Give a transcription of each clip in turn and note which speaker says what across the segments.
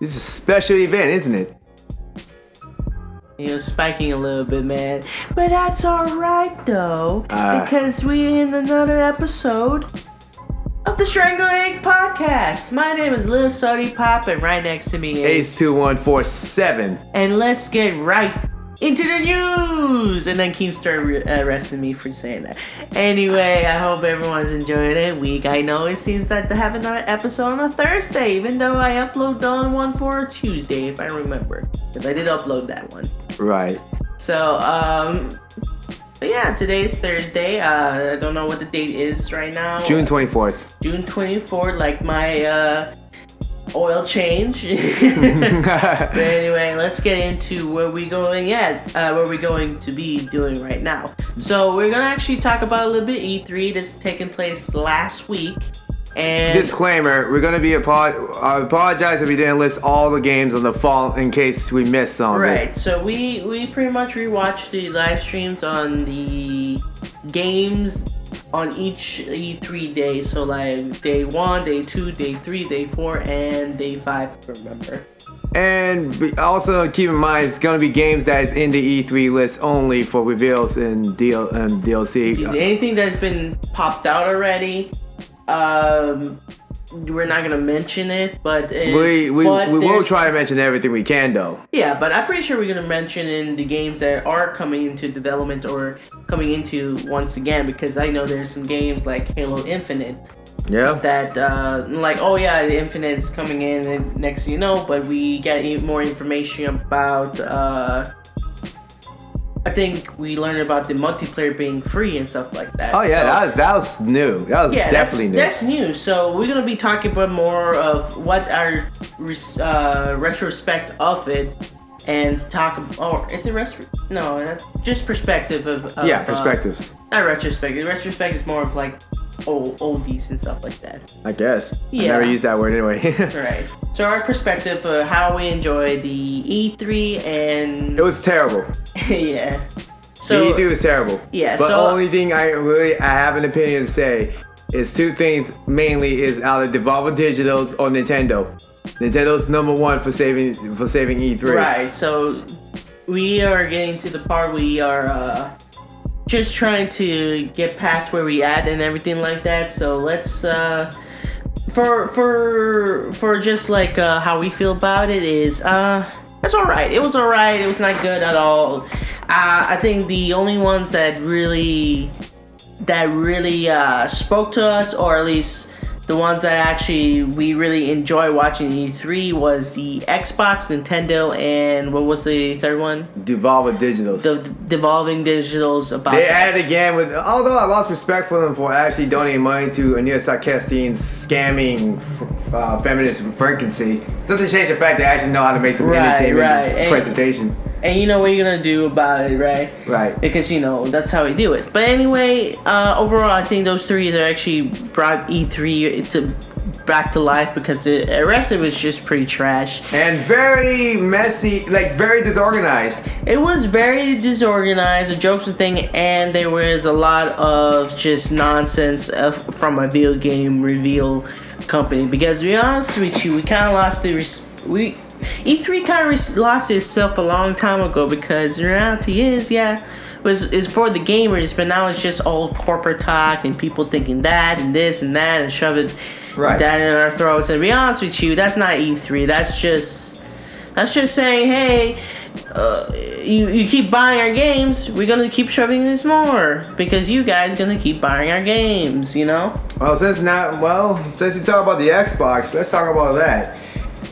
Speaker 1: This is a special event, isn't it?
Speaker 2: You know, spiking a little bit, man. But that's alright, though.
Speaker 1: Ah.
Speaker 2: because we in another episode of the Strangle Egg Podcast. My name is Lil Sody Pop, and right next to me is.
Speaker 1: Ace two one four seven.
Speaker 2: And let's get right into the news! And then Keemstar re- uh, arrested me for saying that. Anyway, I hope everyone's enjoying their week. I know it seems that they have another episode on a Thursday, even though I upload on one for a Tuesday, if I remember. Because I did upload that one.
Speaker 1: Right.
Speaker 2: So, um, but yeah, today is Thursday. Uh, I don't know what the date is right now.
Speaker 1: June twenty fourth.
Speaker 2: June 24, like my uh, oil change. but anyway, let's get into where we going at, uh, where we going to be doing right now. So we're gonna actually talk about a little bit E E3 that's taking place last week, and
Speaker 1: Disclaimer: We're gonna be apo- I apologize if we didn't list all the games on the fall in case we missed some. of it.
Speaker 2: Right. So we we pretty much rewatched the live streams on the games on each E3 day. So like day one, day two, day three, day four, and day five. if I Remember.
Speaker 1: And be- also keep in mind it's gonna be games that is in the E3 list only for reveals and deal and DLC.
Speaker 2: Jeez, anything that's been popped out already, um, we're not gonna mention it, but it,
Speaker 1: we we,
Speaker 2: but
Speaker 1: we will
Speaker 2: there's-
Speaker 1: try to mention everything we can though.
Speaker 2: Yeah, but I'm pretty sure we're gonna mention in the games that are coming into development or coming into once again because I know there's some games like Halo Infinite
Speaker 1: Yeah.
Speaker 2: that uh, like oh yeah, Infinite's coming in and next thing you know, but we get e- more information about. Uh, I think we learned about the multiplayer being free and stuff like that.
Speaker 1: Oh yeah,
Speaker 2: so-
Speaker 1: that, was, that was new. That was
Speaker 2: yeah,
Speaker 1: definitely
Speaker 2: that's, new. That's new. So we're gonna be talking about more of what our res- uh, retrospect of it, and talk. Or is it rest? No, that's just perspective of. of
Speaker 1: new. Yeah,
Speaker 2: uh,
Speaker 1: perspectives.
Speaker 2: not retrospective. Retrospect is more of like old oldies and stuff like that.
Speaker 1: I guess. I
Speaker 2: Yeah.
Speaker 1: never used that word anyway.
Speaker 2: All right. So our perspective of how we enjoy the E3 and
Speaker 1: It was terrible.
Speaker 2: yeah. So
Speaker 1: So, the E E3 was terrible.
Speaker 2: Yeah,
Speaker 1: But
Speaker 2: so-
Speaker 1: only thing I really I have an opinion to say is two things mainly is out of Devolver Digital's or Nintendo. Nintendo's number one for saving for saving E E3.
Speaker 2: Right. So we are getting to the part we are uh, just trying to get past where we at and everything like that. So let's uh, for for for just like uh, how we feel about it is uh it's all right. It was all right. It was not good at all. Uh, I think the only ones that really that really uh, spoke to us, or at least the ones that actually we really enjoy watching E3 was the Xbox, Nintendo, and what was the third one?
Speaker 1: Devolver Digital's.
Speaker 2: The Devolving Digitals about
Speaker 1: they
Speaker 2: that.
Speaker 1: added again with although I lost respect for them for actually donating money to Anita Sarkeesian's scamming f- uh, feminist frequency doesn't change the fact they actually know how to make some
Speaker 2: Right,
Speaker 1: entertainment
Speaker 2: right, and-
Speaker 1: presentation.
Speaker 2: and you know what you're gonna do about it, right?
Speaker 1: Right.
Speaker 2: Because you know that's how we do it. But anyway, uh, overall, I think those three that actually brought E3 to back to life because the rest of it's just pretty trash.
Speaker 1: and very messy, like very disorganized.
Speaker 2: It was very disorganized. The jokes were thing, and there was a lot of just nonsense of, from a video game reveal company. Because to be honest with you, we kind of lost the res- we E3 kind of res- lost itself a long time ago. Because the reality is, yeah, was is for the gamers, but now it's just all corporate talk and people thinking that and this and that and shove it
Speaker 1: Right.
Speaker 2: that in our throats. And to be honest with you, that's not E3. That's just that's just saying, hey, uh, you, you keep buying our games, we're gonna keep shoving this more because you guys gonna keep buying our games, you know?
Speaker 1: Well, since not well, since you talk about the Xbox, let's talk about that.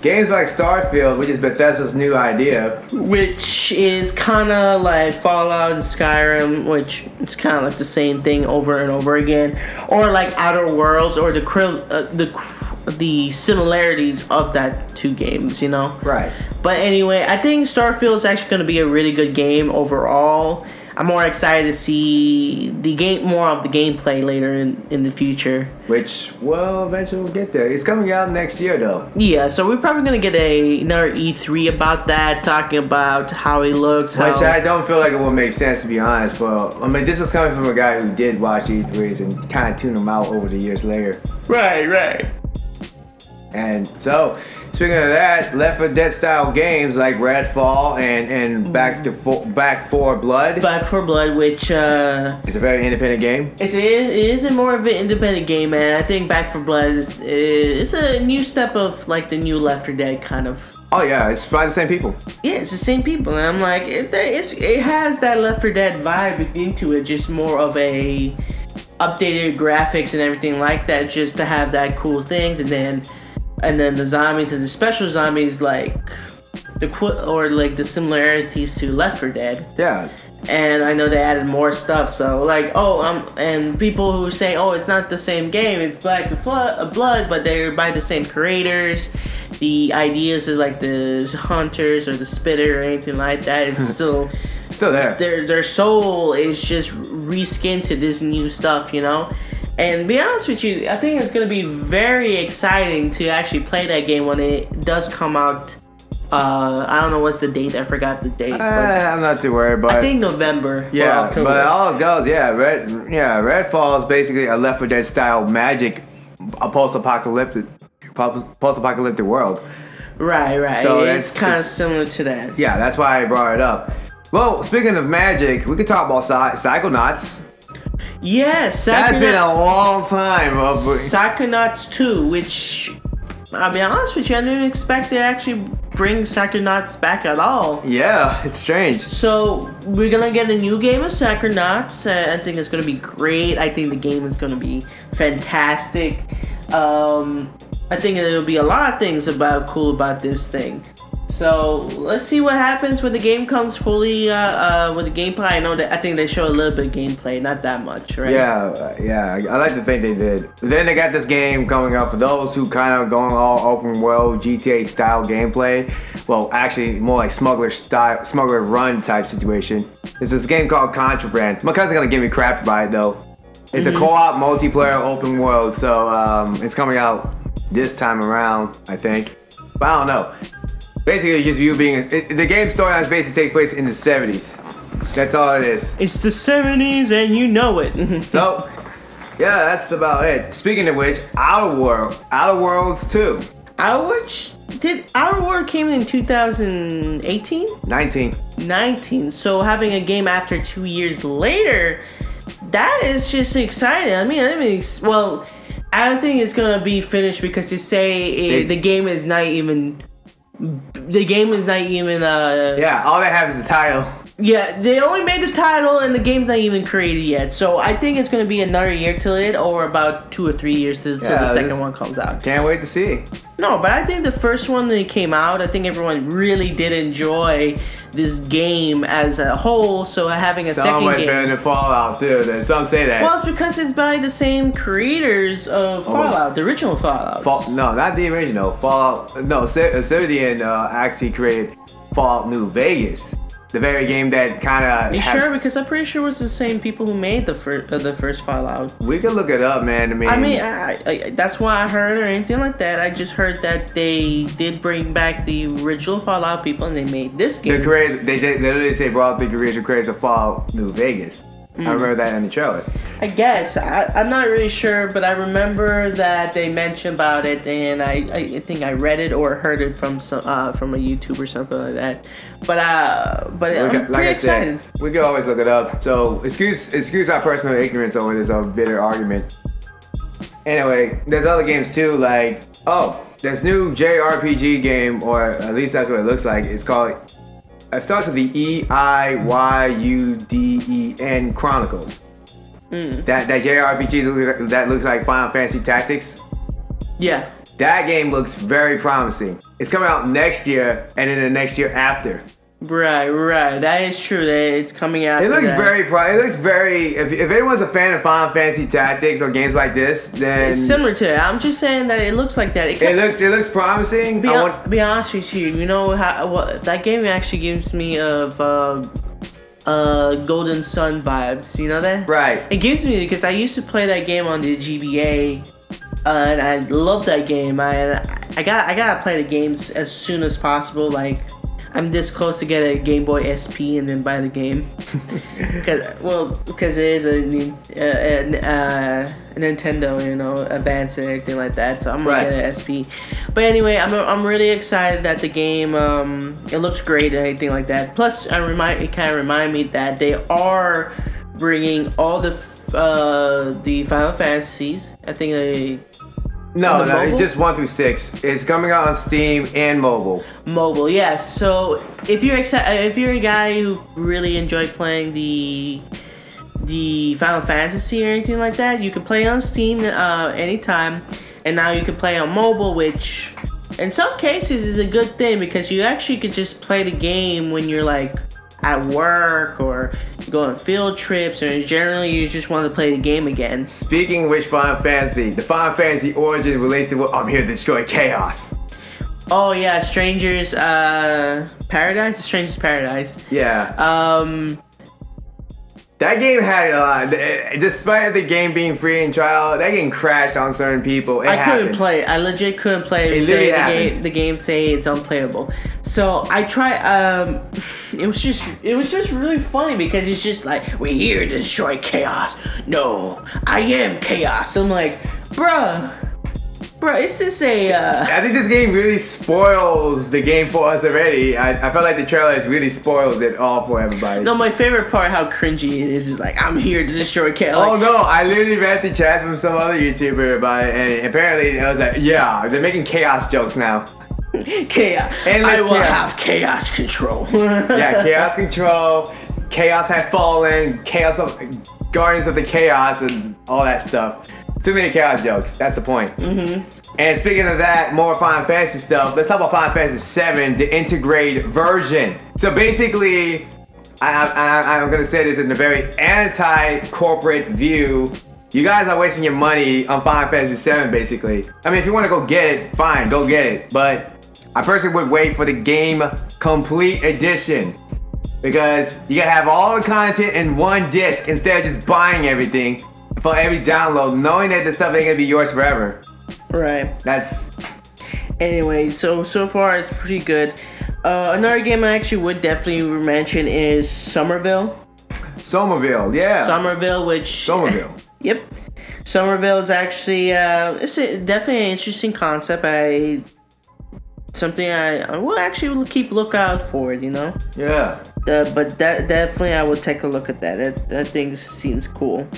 Speaker 1: Games like Starfield, which is Bethesda's new idea,
Speaker 2: Which is kind of like Fallout and Skyrim, which it's kind of like the same thing over and over again, or like Outer Worlds or the cri- uh, the cr- the similarities of that two games, you know?
Speaker 1: right?
Speaker 2: But anyway, I think Starfield is actually going to be a really good game overall. I'm more excited to see the game, more of the gameplay later in, in the future.
Speaker 1: Which will eventually get there. It's coming out next year, though.
Speaker 2: Yeah, so we're probably gonna get a, another E3 about that, talking about how it looks. How,
Speaker 1: Which I don't feel like it would make sense to be honest. But I mean, this is coming from a guy who E did watch E3s and kind of tune them out over the years later.
Speaker 2: right, right.
Speaker 1: And so, speaking of that, Left 4 Dead style games like Redfall and and Back to Fo- Back 4 Blood.
Speaker 2: Back for Blood, which uh,
Speaker 1: it's a very independent game.
Speaker 2: it's, it is a more of an independent game, and I think Back for Blood is it's a new step of like the new Left 4 Dead kind of.
Speaker 1: Oh yeah, it's by the same people.
Speaker 2: Yeah, it's the same people, and I'm like, it, it's, it has that Left 4 Dead vibe into it, just more of a updated graphics and everything like that, just to have that cool things, and then and then the zombies and the special zombies like the qu- or like the similarities to Left 4 Dead.
Speaker 1: Yeah.
Speaker 2: and I know they added more stuff. So like, oh, um, and people who say, oh, it's not the same game, it's Black and Flo- uh, Blood, but they're by the same creators. The ideas is like the hunters or the spitter or anything like that. It's still
Speaker 1: Still there.
Speaker 2: their their soul is just reskinned to this new stuff, you know. And be honest with you, I think it's gonna be very exciting to actually play that game when it does come out. Uh, I don't know what's the date. I forgot the date. but-
Speaker 1: Eh, I'm not too worried, but
Speaker 2: I think November. or
Speaker 1: yeah,
Speaker 2: October.
Speaker 1: but all it goes, yeah, Red, yeah, Redfall is basically a Left 4 Dead style magic, a post-apocalyptic, post-apocalyptic world.
Speaker 2: right, right.
Speaker 1: So that's-
Speaker 2: it's kind of
Speaker 1: it's-
Speaker 2: similar to that.
Speaker 1: Yeah, that's why I brought it up. Well, speaking of magic, we could talk about Psy- Psychonauts.
Speaker 2: Yes,
Speaker 1: That's been a
Speaker 2: Psychonauts,
Speaker 1: long time. Of,
Speaker 2: Psychonauts 2, which I'll be honest with you, I didn't expect to actually bring Psychonauts back at all.
Speaker 1: yeah, it's strange.
Speaker 2: So we're gonna get a new game of Psychonauts. uh, I think it's gonna be great. I think the game is gonna be fantastic. Um, I think there'll be a lot of things about cool about this thing. So let's see what happens when the game comes fully uh, uh, with the gameplay. I know that I think they show a little bit of gameplay, not that much, right?
Speaker 1: Yeah, yeah, I like to think they did. Then they got this game coming up for those who kind of going all open world GTA style gameplay. Well, actually, more like smuggler style, smuggler run type situation. It's this game called Contraband. My cousin's gonna give me crap by it though. It's a co-op multiplayer open world, so um, it's coming out this time around, I think. But I don't know. Basically, just you being it, the game storyline basically takes place in the 70s. That's all it is.
Speaker 2: It's the 70s and you know it.
Speaker 1: So, yeah, that's about it. Speaking of which, Outer World, Outer Worlds 2,
Speaker 2: Outerwatch did Outerward came in 2018?
Speaker 1: 19.
Speaker 2: 19. So having a game after two years later, that is just exciting. I mean, I mean, well, I don't think it's gonna be finished because to say
Speaker 1: They-
Speaker 2: it, the game is not even. The game is not even. Uh,
Speaker 1: Yeah, all they have is the title.
Speaker 2: yeah, they only made the title and the game's not even created yet. So I think it's gonna be another year till it, or about two or three years till, till
Speaker 1: Yeah,
Speaker 2: the second
Speaker 1: this-
Speaker 2: one comes out.
Speaker 1: Can't wait to see.
Speaker 2: No, but I think the first one that came out, I think everyone really did enjoy this game as a whole. So having a
Speaker 1: So
Speaker 2: second
Speaker 1: much
Speaker 2: game,
Speaker 1: better than Fallout too. Then some say that.
Speaker 2: well, it's because it's by the same creators
Speaker 1: Almost.
Speaker 2: of Fallout, the original Fallout.
Speaker 1: Fall, no, not the original. Fallout. No, Cy- uh, Obsidian uh, actually created Fallout New Vegas, the very game that kind of.
Speaker 2: you sure? Because I'm pretty sure it was the same people who made the first uh, the first Fallout.
Speaker 1: We can look it up, man. I mean,
Speaker 2: I mean, I, I, I, that's why I heard or anything like that. I just heard that they did bring back the original Fallout people and they made this
Speaker 1: the
Speaker 2: game.
Speaker 1: creators. They did. They literally say brought the creators creators of Fallout New Vegas. I
Speaker 2: Mm.
Speaker 1: remember that in the trailer.
Speaker 2: I guess I, I'm not really sure, but I remember that they mentioned about it, and I, I think I read it or heard it from some uh, from a YouTube or something like that. But uh, but I'm
Speaker 1: Look,
Speaker 2: pretty
Speaker 1: like I
Speaker 2: excited.
Speaker 1: said, we can always look it up. So excuse excuse our personal ignorance over this uh, bitter argument. Anyway, there's other games too, like oh, this new JRPG game, or at least that's what it looks like. It's called. It starts with the E I Y U D E N Chronicles.
Speaker 2: Hmm.
Speaker 1: That that JRPG look like- that looks like Final Fantasy Tactics.
Speaker 2: Yeah,
Speaker 1: That game looks very promising. It's coming out next year, and then the next year after.
Speaker 2: right, right. That is true. That it's coming out.
Speaker 1: It looks
Speaker 2: today.
Speaker 1: very pro. It looks very. If, if anyone's a fan of Final Fantasy Tactics or games like this, then
Speaker 2: It's similar to that. I'm just saying that it looks like that. It
Speaker 1: it
Speaker 2: kinda-
Speaker 1: looks it looks promising.
Speaker 2: be,
Speaker 1: I
Speaker 2: hon-
Speaker 1: want,
Speaker 2: be honest with you, you know how what, that game actually gives me of uh, uh, Golden Sun vibes. You know that?
Speaker 1: right.
Speaker 2: It gives me because I used to play that game on the GBA, uh, and I love that game. I I got I gotta play the games as soon as possible. Like I'm this close to get a Game Boy SP and then buy the game. Cause well, because it is a, Nin- uh, an, uh, a Nintendo, you know, Advance and everything like that. So I'm gonna
Speaker 1: Right.
Speaker 2: get an SP. But anyway, I'm, I'm really excited that the game um, it looks great and everything like that. Plus, I remind it kind of remind me that they are bringing all the f- uh, the Final Fantasies. I think they
Speaker 1: No,
Speaker 2: On the
Speaker 1: no, it's
Speaker 2: mobile?
Speaker 1: just one through six. It's coming out on Steam and mobile.
Speaker 2: mobile yes so if you're exci- if you're a guy who really enjoy playing the the final fantasy or anything like that you can play on steam uh, anytime and now you can play on mobile which in some cases is a good thing because you actually could just play the game when you're like at work or go on field trips or generally you just want to play the game again
Speaker 1: Speaking of which, Final Fantasy, the Final Fantasy origin relates to what I'm here to destroy chaos.
Speaker 2: oh yeah strangers uh paradise strangers paradise
Speaker 1: Yeah.
Speaker 2: um
Speaker 1: That game had a lot. eh, Despite the game being free in trial, that game crashed on certain people. It
Speaker 2: I
Speaker 1: happened.
Speaker 2: couldn't play. I legit couldn't play.
Speaker 1: It
Speaker 2: say
Speaker 1: literally
Speaker 2: the
Speaker 1: happened.
Speaker 2: game, the game say it's unplayable. So I try. Um, it was just, it was just really funny because it's just like we're here to destroy chaos. No, I am chaos. I'm like, bruh, bruh, is this a? Uh,
Speaker 1: I think this game really spoils the game for us already. I, I felt like the trailers really spoils it all for everybody.
Speaker 2: no, my favorite part, how cringy it is, is like I'm here to destroy chaos.
Speaker 1: Oh no! I literally read the chats from some other YouTuber about it, and apparently it was like, yeah, they're making chaos jokes now.
Speaker 2: Like, chaos.
Speaker 1: Oh, Endless
Speaker 2: I will
Speaker 1: chaos.
Speaker 2: have chaos control.
Speaker 1: Yeah, chaos control, chaos had fallen, chaos of guardians of the chaos, and all that stuff. Too many chaos jokes. That's the point. Mm-hmm. And speaking of that, more Final Fantasy stuff. Let's talk about Final Fantasy 7, the integrate version. So basically, I, I, I- I'm gonna say this in a very anti-corporate view. You guys are wasting your money on Final Fantasy 7, basically. I mean, if you want to go get it, fine, go get it. But I personally would wait for the game complete edition because you gotta have all the content in one disc instead of just buying everything for every download, knowing that the stuff ain't gonna be yours forever.
Speaker 2: right.
Speaker 1: That's
Speaker 2: Anyway, so so far it's pretty good. Uh, another game I actually would definitely mention is Somerville.
Speaker 1: Somerville, yeah.
Speaker 2: Somerville, which
Speaker 1: Somerville.
Speaker 2: yep, Somerville is actually uh, it's a, definitely an interesting concept. I something I, I will actually keep lookout for it. You know,
Speaker 1: Yeah.
Speaker 2: uh, but that definitely I will take a look at that. That that thing seems cool.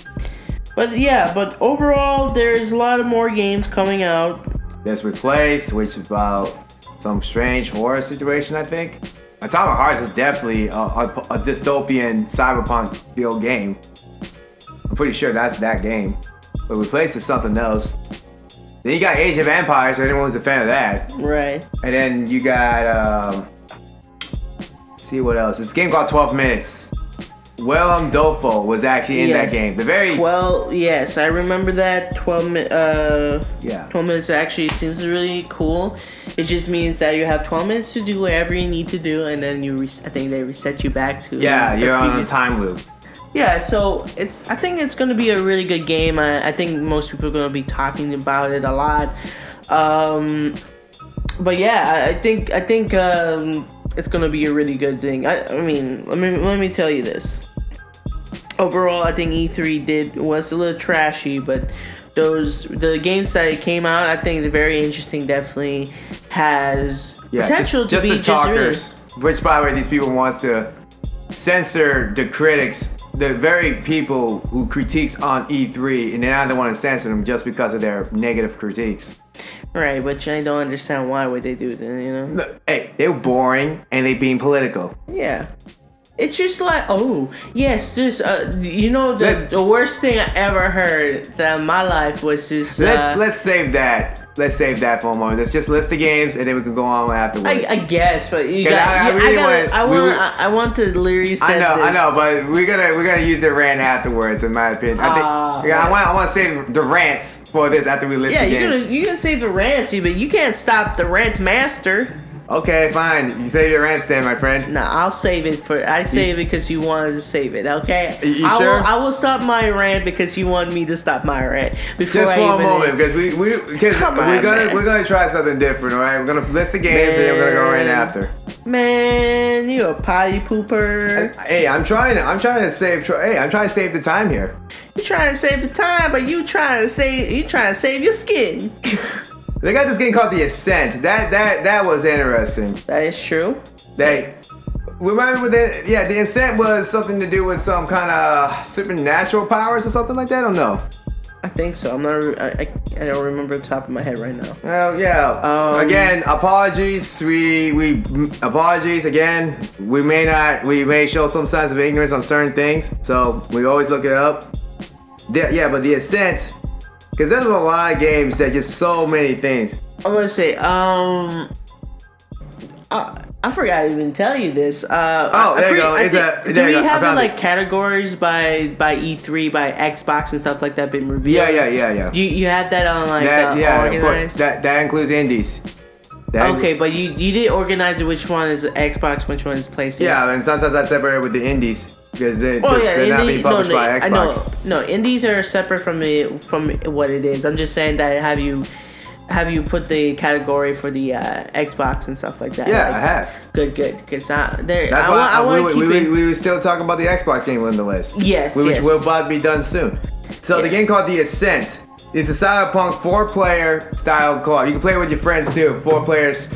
Speaker 2: But yeah, but overall there's a lot of more games coming out.
Speaker 1: That's replaced, which is about some strange horror situation, I think. Atomic Hearts is definitely a, a, a dystopian cyberpunk field game. I'm pretty sure that's that game. But replaced with something else. Then you got Age of Empires, so anyone who's a fan of that.
Speaker 2: Right.
Speaker 1: And then you got um see what else. This game called 12 Minutes. Willem Dofo was actually in
Speaker 2: Yes.
Speaker 1: that game. The very
Speaker 2: Well, yes, I remember that. Twelve, mi- uh,
Speaker 1: Yeah.
Speaker 2: twelve minutes actually seems really cool. It just means that you have twelve minutes to do whatever you need to do, and then you, res- I think they reset you back to
Speaker 1: Yeah,
Speaker 2: the
Speaker 1: you're on a
Speaker 2: previous-
Speaker 1: time loop.
Speaker 2: Yeah, so it's. I think it's gonna be a really good game. I, I think most people are gonna be talking about it a lot. Um, but yeah, I, I think I think um, it's gonna be a really good thing. I, I mean, let me let me tell you this. Overall, I think E3 did was a little trashy, but those the games that came out, I think the very interesting definitely has
Speaker 1: Yeah,
Speaker 2: potential
Speaker 1: just,
Speaker 2: to
Speaker 1: just
Speaker 2: be
Speaker 1: the
Speaker 2: just really-
Speaker 1: talkers. Which, by the way, these people wants to censor the critics, the very people who critiques on E3, and now they want to censor them just because of their negative critiques.
Speaker 2: right, which I don't understand why would they do that, you know.
Speaker 1: Look, hey, they're boring and they being political.
Speaker 2: Yeah. It's just like, oh, yes, this, uh, you know, the,
Speaker 1: Let-
Speaker 2: the worst thing I ever heard that in my life was this.
Speaker 1: Let's
Speaker 2: uh,
Speaker 1: let's save that. Let's save that for a moment. Let's just list the games and then we can go on afterwards.
Speaker 2: I, I guess, but you
Speaker 1: 'Cause
Speaker 2: got,
Speaker 1: I- I
Speaker 2: I,
Speaker 1: really
Speaker 2: gotta,
Speaker 1: want-
Speaker 2: I
Speaker 1: we
Speaker 2: want,
Speaker 1: would-
Speaker 2: I, I want to literally say
Speaker 1: I know,
Speaker 2: this.
Speaker 1: I know, but we're gonna we're gonna use the rant afterwards, in my opinion. I think
Speaker 2: Ah,
Speaker 1: yeah, I
Speaker 2: right.
Speaker 1: want I want to save the rants for this after we list
Speaker 2: yeah,
Speaker 1: the
Speaker 2: you
Speaker 1: games.
Speaker 2: can you can save the rant, but you can't stop the rant master.
Speaker 1: Okay, fine. You save your rants then, my friend.
Speaker 2: No, I'll save it for. I save it because you wanted to save it. Okay.
Speaker 1: You- you
Speaker 2: I
Speaker 1: sure?
Speaker 2: Will, I will stop my rant because you wanted me to stop my rant before
Speaker 1: Just
Speaker 2: I
Speaker 1: for a
Speaker 2: even-
Speaker 1: moment, because we we because
Speaker 2: Come
Speaker 1: we're
Speaker 2: on,
Speaker 1: gonna
Speaker 2: man.
Speaker 1: we're gonna try something different. All right, we're gonna list the games and then we're gonna go right
Speaker 2: Man.
Speaker 1: after.
Speaker 2: Man, you a potty pooper.
Speaker 1: Hey, I'm trying to I'm trying to save. tr- Hey, I'm trying to save the time here.
Speaker 2: You trying to save the time, but you trying to save you trying to save your skin.
Speaker 1: They got this game called The Ascent. That that that was interesting.
Speaker 2: That is true.
Speaker 1: They remember that yeah, The Ascent was something to do with some kind of supernatural powers or something like that. I don't know.
Speaker 2: I think so. I'm not. I, I, I don't remember the top of my head right now.
Speaker 1: Well, yeah.
Speaker 2: Um,
Speaker 1: again, apologies. We we apologies again. We may not. We may show some signs of ignorance on certain things. So we always look it up. The- yeah, but the ascent, because there's a lot of games that just so many things.
Speaker 2: I'm gonna say. Um. I, I forgot to even tell you this. Uh,
Speaker 1: Oh,
Speaker 2: I- I
Speaker 1: there you
Speaker 2: pre-
Speaker 1: go.
Speaker 2: I
Speaker 1: It's
Speaker 2: think-
Speaker 1: a-
Speaker 2: do
Speaker 1: there
Speaker 2: we
Speaker 1: you go. I
Speaker 2: have it
Speaker 1: found
Speaker 2: like
Speaker 1: it.
Speaker 2: categories by by E3 by Xbox and stuff like that been revealed?
Speaker 1: Yeah, yeah, yeah, yeah.
Speaker 2: You you had that on like
Speaker 1: that,
Speaker 2: uh,
Speaker 1: yeah, of course.
Speaker 2: organized.
Speaker 1: That that includes indies. That-
Speaker 2: okay, but you you did organize it. Which one is Xbox? Which one is PlayStation?
Speaker 1: Yeah, and sometimes I separate with the indies because they,
Speaker 2: Oh
Speaker 1: they're,
Speaker 2: yeah,
Speaker 1: they're not
Speaker 2: indie-
Speaker 1: being published by
Speaker 2: I
Speaker 1: Xbox.
Speaker 2: know, no, indies are separate from the from what it is. I'm just saying that have you have you put the category for the uh, Xbox and stuff like that?
Speaker 1: Yeah,
Speaker 2: Like,
Speaker 1: I have.
Speaker 2: Good, good, because there.
Speaker 1: That's
Speaker 2: I,
Speaker 1: why
Speaker 2: wa- I,
Speaker 1: we,
Speaker 2: want to
Speaker 1: we,
Speaker 2: keep
Speaker 1: we,
Speaker 2: it.
Speaker 1: we were still talking about the Xbox game on the list.
Speaker 2: Yes,
Speaker 1: which
Speaker 2: yes.
Speaker 1: will about be done soon. So the
Speaker 2: Yes.
Speaker 1: game called The Ascent is a cyberpunk four-player style co-op. You can play with your friends too, four players,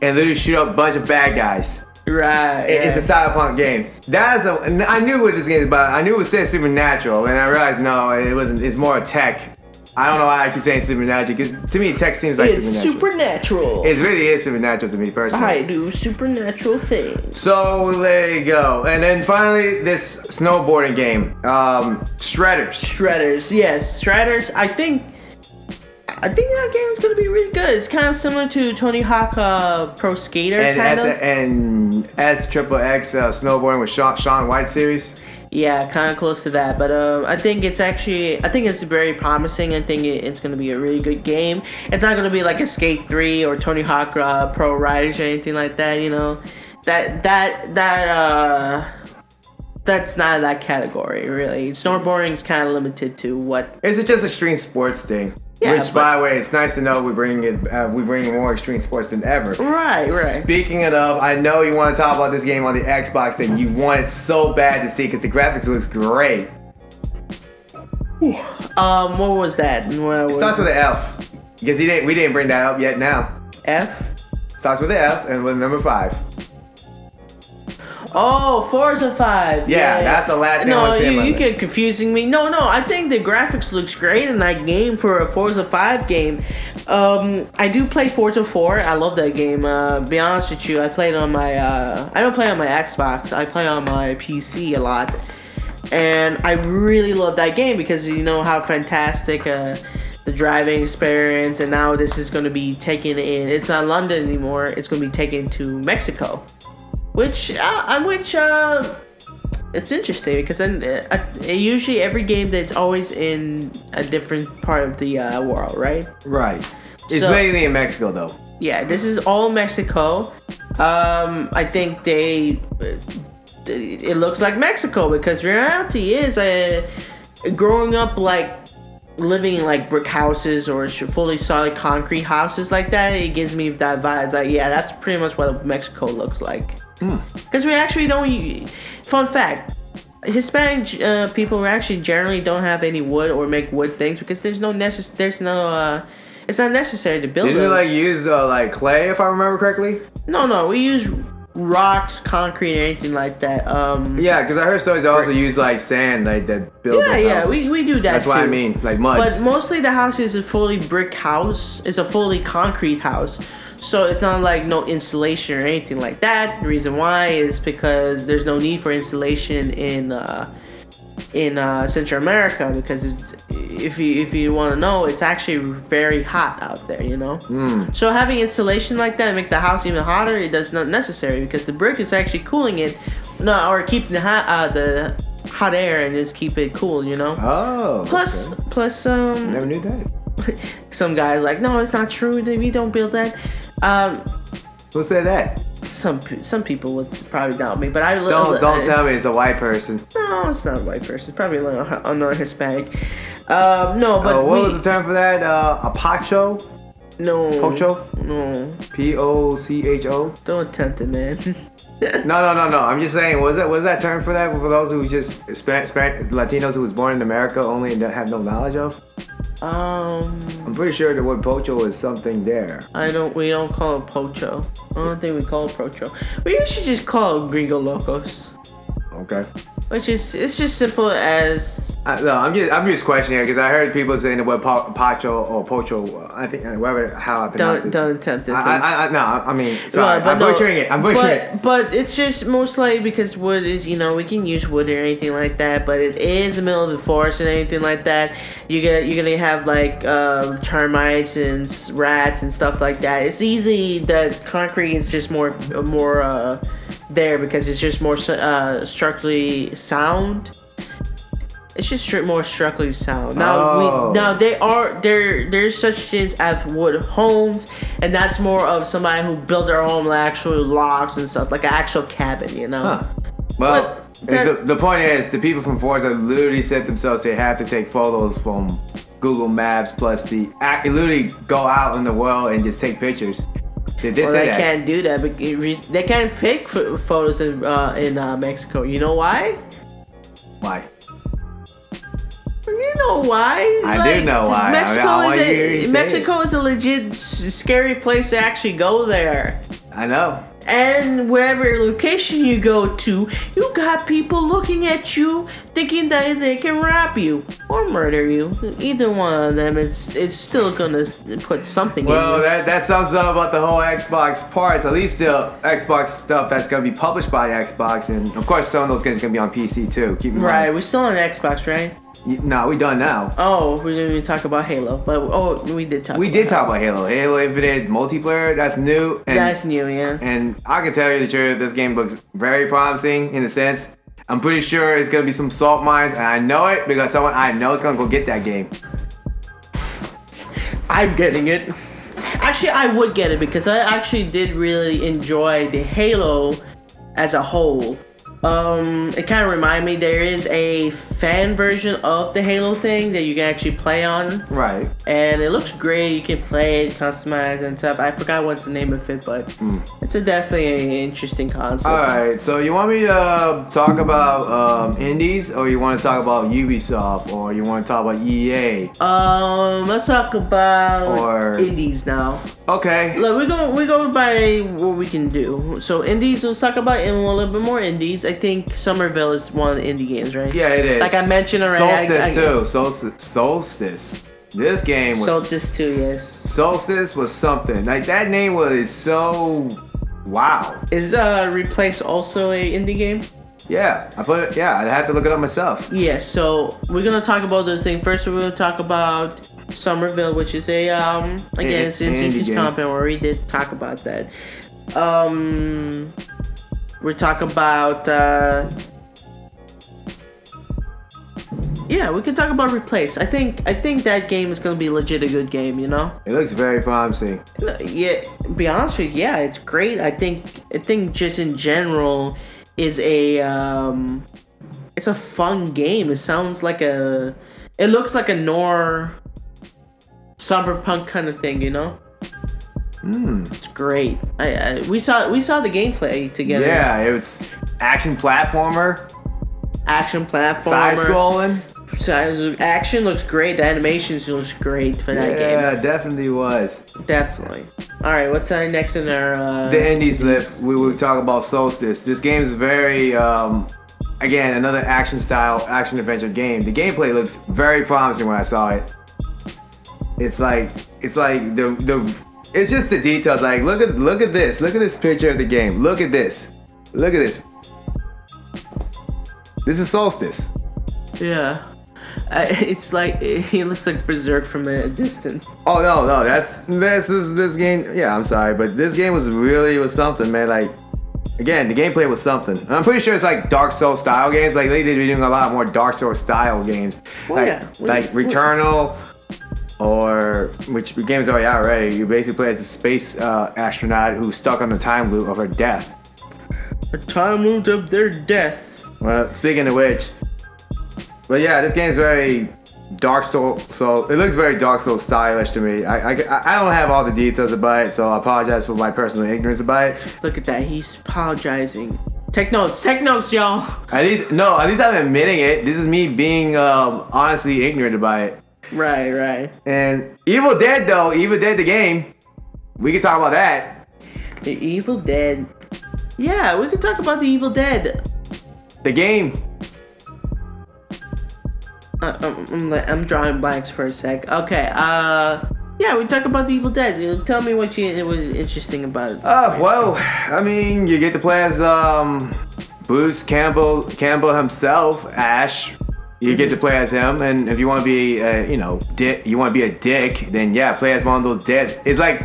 Speaker 1: and literally shoot up a bunch of bad guys.
Speaker 2: right.
Speaker 1: It- It's
Speaker 2: yeah.
Speaker 1: a cyberpunk game. That's a. and I knew what this game is about. I knew it was saying supernatural, and I realized no, it wasn't. It's more tech. I don't know why I keep saying supernatural. 'cause to me, tech seems like
Speaker 2: It's
Speaker 1: supernatural.
Speaker 2: supernatural.
Speaker 1: it really is supernatural to me personally.
Speaker 2: I do supernatural things.
Speaker 1: So there you go. And then finally, this snowboarding game, um, Shredders.
Speaker 2: Shredders, yes, Shredders. I think, I think that game's gonna be really good. It's kind of similar to Tony Hawk uh, Pro Skater,
Speaker 1: And
Speaker 2: kind
Speaker 1: S
Speaker 2: of.
Speaker 1: and S Triple X uh, snowboarding with Sean, Sean White series.
Speaker 2: Yeah, kind of close to that, but um, I think it's actually I think it's very promising. I think it, it's gonna be a really good game. It's not gonna be like a Skate Three or Tony Hawk uh, Pro Riders or anything like that. You know, that that that uh, that's not that category really. Snowboarding is kind of limited to what.
Speaker 1: Is it just extreme sports thing?
Speaker 2: Yeah,
Speaker 1: Which, by
Speaker 2: but-
Speaker 1: the way, it's nice to know we bring it. Uh, we bring more extreme sports than ever.
Speaker 2: Right, right.
Speaker 1: Speaking it of, I know you want to talk about this game on the Xbox that you want it so bad to see because the graphics looks great.
Speaker 2: Um, what was that? What was
Speaker 1: It starts with an F because he didn't. We didn't bring that up yet. Now
Speaker 2: F.
Speaker 1: starts with an F and with number five.
Speaker 2: Oh, Forza Five.
Speaker 1: Yeah, that's the last thing I
Speaker 2: No,
Speaker 1: wanna say
Speaker 2: you,
Speaker 1: about
Speaker 2: you
Speaker 1: it.
Speaker 2: get confusing me. No, no, I think the graphics looks great in that game for a Forza Five game. Um, I do play Forza Four. I love that game. Uh, be honest with you, I played on my. Uh, I don't play on my Xbox. I play on my PC a lot, and I really love that game because you know how fantastic. Uh, the driving experience, and now this is going to be taken in. It's not London anymore. It's going to be taken to Mexico which uh, uh, which uh, it's interesting because then uh, uh, usually every game that's always in a different part of the uh, world, right?
Speaker 1: Right. It's
Speaker 2: So-
Speaker 1: mainly in Mexico though.
Speaker 2: Yeah, this is all Mexico. Um, I think they it looks like Mexico because reality is uh, growing up like living in like brick houses or sh- fully solid concrete houses like that it gives me that vibes like yeah that's pretty much what mexico looks like because we actually don't u- fun fact hispanic uh, people actually generally don't have any wood or make wood things because there's no necess- there's no uh, it's not necessary to build
Speaker 1: Didn't we
Speaker 2: those.
Speaker 1: like use uh, like clay if I remember correctly?
Speaker 2: no no we use rocks concrete or anything like that um
Speaker 1: Yeah, because I heard stories that also use like sand, like that build.
Speaker 2: Yeah,
Speaker 1: up
Speaker 2: yeah,
Speaker 1: houses.
Speaker 2: we, we do that
Speaker 1: That's what I
Speaker 2: too.
Speaker 1: mean, like mud.
Speaker 2: But mostly the house is a fully brick house. It's a fully concrete house. So it's not like no insulation or anything like that. The reason why is because there's no need for insulation in uh, in uh, Central America because it's, if you if you want to know, it's actually very hot out there. You know. So having insulation like that make the house even hotter. It does not necessary because the brick is actually cooling it, no, or keeping the hot uh, the hot air and just keep it cool. You know.
Speaker 1: oh.
Speaker 2: Plus,
Speaker 1: okay.
Speaker 2: plus, um,
Speaker 1: never knew that.
Speaker 2: some guys like, no, it's not true. that We don't build that. Um,
Speaker 1: Who said that?
Speaker 2: Some pe- some people would probably doubt me, but I li-
Speaker 1: Don't don't
Speaker 2: I-
Speaker 1: tell me it's a white person.
Speaker 2: No, it's not a white person. It's probably like a- another Hispanic. Um, no, but
Speaker 1: Uh, what
Speaker 2: we,
Speaker 1: was the term for that? Uh, a pacho?
Speaker 2: no
Speaker 1: Pocho?
Speaker 2: No,
Speaker 1: P O C H O?
Speaker 2: don't tempt it, man.
Speaker 1: No, no, no, no. I'm just saying. Was that was that term for that for those who just Span, Span, Latinos who was born in America only and don't have no knowledge of?
Speaker 2: um,
Speaker 1: I'm pretty sure the word pocho is something there.
Speaker 2: I don't. We don't call it pocho. I don't think we call it pocho. We should just call it gringo locos.
Speaker 1: Okay.
Speaker 2: It's just it's just simple as
Speaker 1: I, no, I'm just I'm just questioning because I heard people saying the word po- pacho or pocho. uh, I think uh, whatever how I pronounce
Speaker 2: don't
Speaker 1: it.
Speaker 2: don't tempt it.
Speaker 1: I,
Speaker 2: please.
Speaker 1: I, I, no, I mean, sorry,
Speaker 2: Well, but
Speaker 1: I'm
Speaker 2: no,
Speaker 1: butchering it. I'm butchering it.
Speaker 2: But, but it's just most likely because wood is, you know, we can use wood or anything like that, but it is the middle of the forest and anything like that. You get, you're gonna have like uh, termites and s- rats and stuff like that. It's easy that concrete is just more, more uh, there because it's just more uh, structurally sound. It's just stru- more structurally sound. Now
Speaker 1: Oh.
Speaker 2: we now they are there. There's such things as wood homes, and that's more of somebody who built their home like actual logs and stuff, like an actual cabin, you know.
Speaker 1: Huh. Well,
Speaker 2: But that-
Speaker 1: the, the point is, the people from Forza literally said themselves they have to take photos from Google Maps plus the act- literally go out in the world and just take pictures. They did
Speaker 2: Well,
Speaker 1: say
Speaker 2: they
Speaker 1: that.
Speaker 2: can't do that. But it re- they can't pick ph photos in uh, in uh, Mexico. You know why?
Speaker 1: Why?
Speaker 2: You know why?
Speaker 1: I do know why. I mean,
Speaker 2: Mexico
Speaker 1: I want you to hear you
Speaker 2: is
Speaker 1: say
Speaker 2: a,
Speaker 1: it.
Speaker 2: Mexico is a legit s- scary place to actually go there.
Speaker 1: I know.
Speaker 2: and wherever location you go to, you got people looking at you, thinking that they can rob you or murder you. Either one of them, it's it's still gonna put something
Speaker 1: Well,
Speaker 2: in you.
Speaker 1: that, that sums up about the whole Xbox parts, at least the Xbox stuff that's going to be published by Xbox. And of course, some of those games are going to be on PC too. Keep in
Speaker 2: Right,
Speaker 1: mind.
Speaker 2: we're still on Xbox, right?
Speaker 1: Right. Nah, we done now.
Speaker 2: Oh, we didn't even talk about Halo, but oh, we did talk.
Speaker 1: We
Speaker 2: about
Speaker 1: did
Speaker 2: Halo.
Speaker 1: talk about Halo. Halo Infinite multiplayer, that's new. And
Speaker 2: That's new, yeah.
Speaker 1: And I can tell you the truth, this game looks very promising in a sense. I'm pretty sure it's gonna be some salt mines, and I know it because someone I know is gonna go get that game.
Speaker 2: I'm getting it. Actually, I would get it because I actually did really enjoy the Halo as a whole. Um, it kind of reminded me there is a fan version of the Halo thing that you can actually play on,
Speaker 1: Right.
Speaker 2: and it looks great. You can play it, customize and stuff. I forgot what's the name of it, but it's a definitely an interesting concept.
Speaker 1: Alright, so you want me to talk about um, indies, or you wanna talk about Ubisoft, or you wanna talk about E EA?
Speaker 2: Um, let's talk about
Speaker 1: Or-
Speaker 2: indies now.
Speaker 1: Okay.
Speaker 2: Look, we go we go by what we can do. So indies, let's talk about in- a little bit more indies. I think Somerville is one of the indie games, right?
Speaker 1: Yeah, it is.
Speaker 2: Like I mentioned already. I-
Speaker 1: Solstice,
Speaker 2: I-
Speaker 1: too. Solstice. Solstice. This game was.
Speaker 2: Solstice too, yes.
Speaker 1: Solstice was something. Like, that name was so. Wow.
Speaker 2: Is uh replace also a indie game?
Speaker 1: Yeah, I put it. Yeah, I had to look it up myself.
Speaker 2: Yeah. So we're gonna talk about those things first. We're gonna talk about Somerville, which is a um again
Speaker 1: An-
Speaker 2: it's it's
Speaker 1: indie
Speaker 2: indie
Speaker 1: game.
Speaker 2: comp, and we already did talk about that. Um, we're talking about. uh yeah, we can talk about replace. I think I think that game is gonna be legit a good game, you know.
Speaker 1: It looks very promising.
Speaker 2: No, Yeah, be honest with you, yeah, it's great. I think I think just in general is a um it's a fun game. It sounds like a it looks like a nor cyberpunk kind of thing, you know?
Speaker 1: Hmm.
Speaker 2: Mm. It's great. I, I we saw we saw the gameplay together.
Speaker 1: Yeah, it was action platformer,
Speaker 2: Action platform.
Speaker 1: side scrolling.
Speaker 2: action looks great. The animations looks great for that
Speaker 1: Yeah, definitely was.
Speaker 2: game. Definitely. All right, what's our next in our uh,
Speaker 1: The indies lift. We will talk about Solstice. This game is very, um, again, another action style, action adventure game. The gameplay looks very promising when I saw it. It's like, it's like the the, it's just the details. Like, look at look at this. Look at this picture of the game. Look at this. Look at this. This is Solstice.
Speaker 2: Yeah. I, it's like he looks like Berserk from a distance.
Speaker 1: Oh no, no, that's this is this game. Yeah, I'm sorry, but this game was really was something, man. Like, again, the gameplay was something. And I'm pretty sure it's like Dark Souls style games. Like they did be doing a lot more Dark Souls style games,
Speaker 2: Well,
Speaker 1: like
Speaker 2: yeah.
Speaker 1: like
Speaker 2: We- we-
Speaker 1: Returnal, or which the game's already out already. You basically play as a space uh, astronaut who's stuck on the time loop of her death.
Speaker 2: A time loop of their death.
Speaker 1: Well, speaking of which, but yeah, this game's very Dark Soul. So it looks very Dark Soul stylish to me. I, I, I don't have all the details about it, so I apologize for my personal ignorance about it.
Speaker 2: Look at that. He's apologizing. Take notes. Take notes, y'all.
Speaker 1: At least no, at least I'm admitting it. This is me being um, honestly ignorant about it.
Speaker 2: Right, right.
Speaker 1: And Evil Dead though, Evil Dead the game, we can talk about that.
Speaker 2: The Evil Dead. Yeah, we could talk about the Evil Dead.
Speaker 1: The game.
Speaker 2: Uh, I'm, I'm, like- I'm drawing blanks for a sec. Okay. Uh, yeah, we talk about the Evil Dead. You- Tell me what you it was interesting about it.
Speaker 1: Oh well, I mean, you get to play as um, Bruce Campbell, Campbell himself, Ash. You get to play as him, and if you want to be, uh, you know, dick, you want to be a dick, then yeah, play as one of those deads. It's like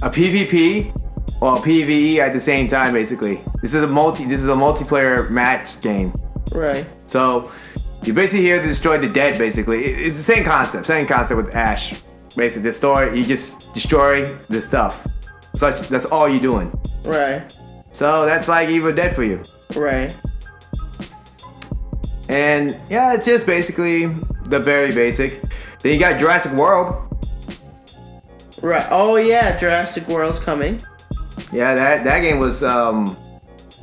Speaker 1: a PvP or a PVE at the same time, basically. This is a multi, this is a multiplayer match game.
Speaker 2: Right.
Speaker 1: So you're basically here to destroy the dead. Basically, It- it's the same concept. Same concept with Ash. Basically, destroy. You just destroy the stuff. Such that's all you're doing.
Speaker 2: Right.
Speaker 1: So that's like Evil Dead for you.
Speaker 2: Right.
Speaker 1: And yeah, it's just basically the very basic. Then you got Jurassic World.
Speaker 2: Right. Oh yeah, Jurassic World's coming.
Speaker 1: Yeah, that that game was um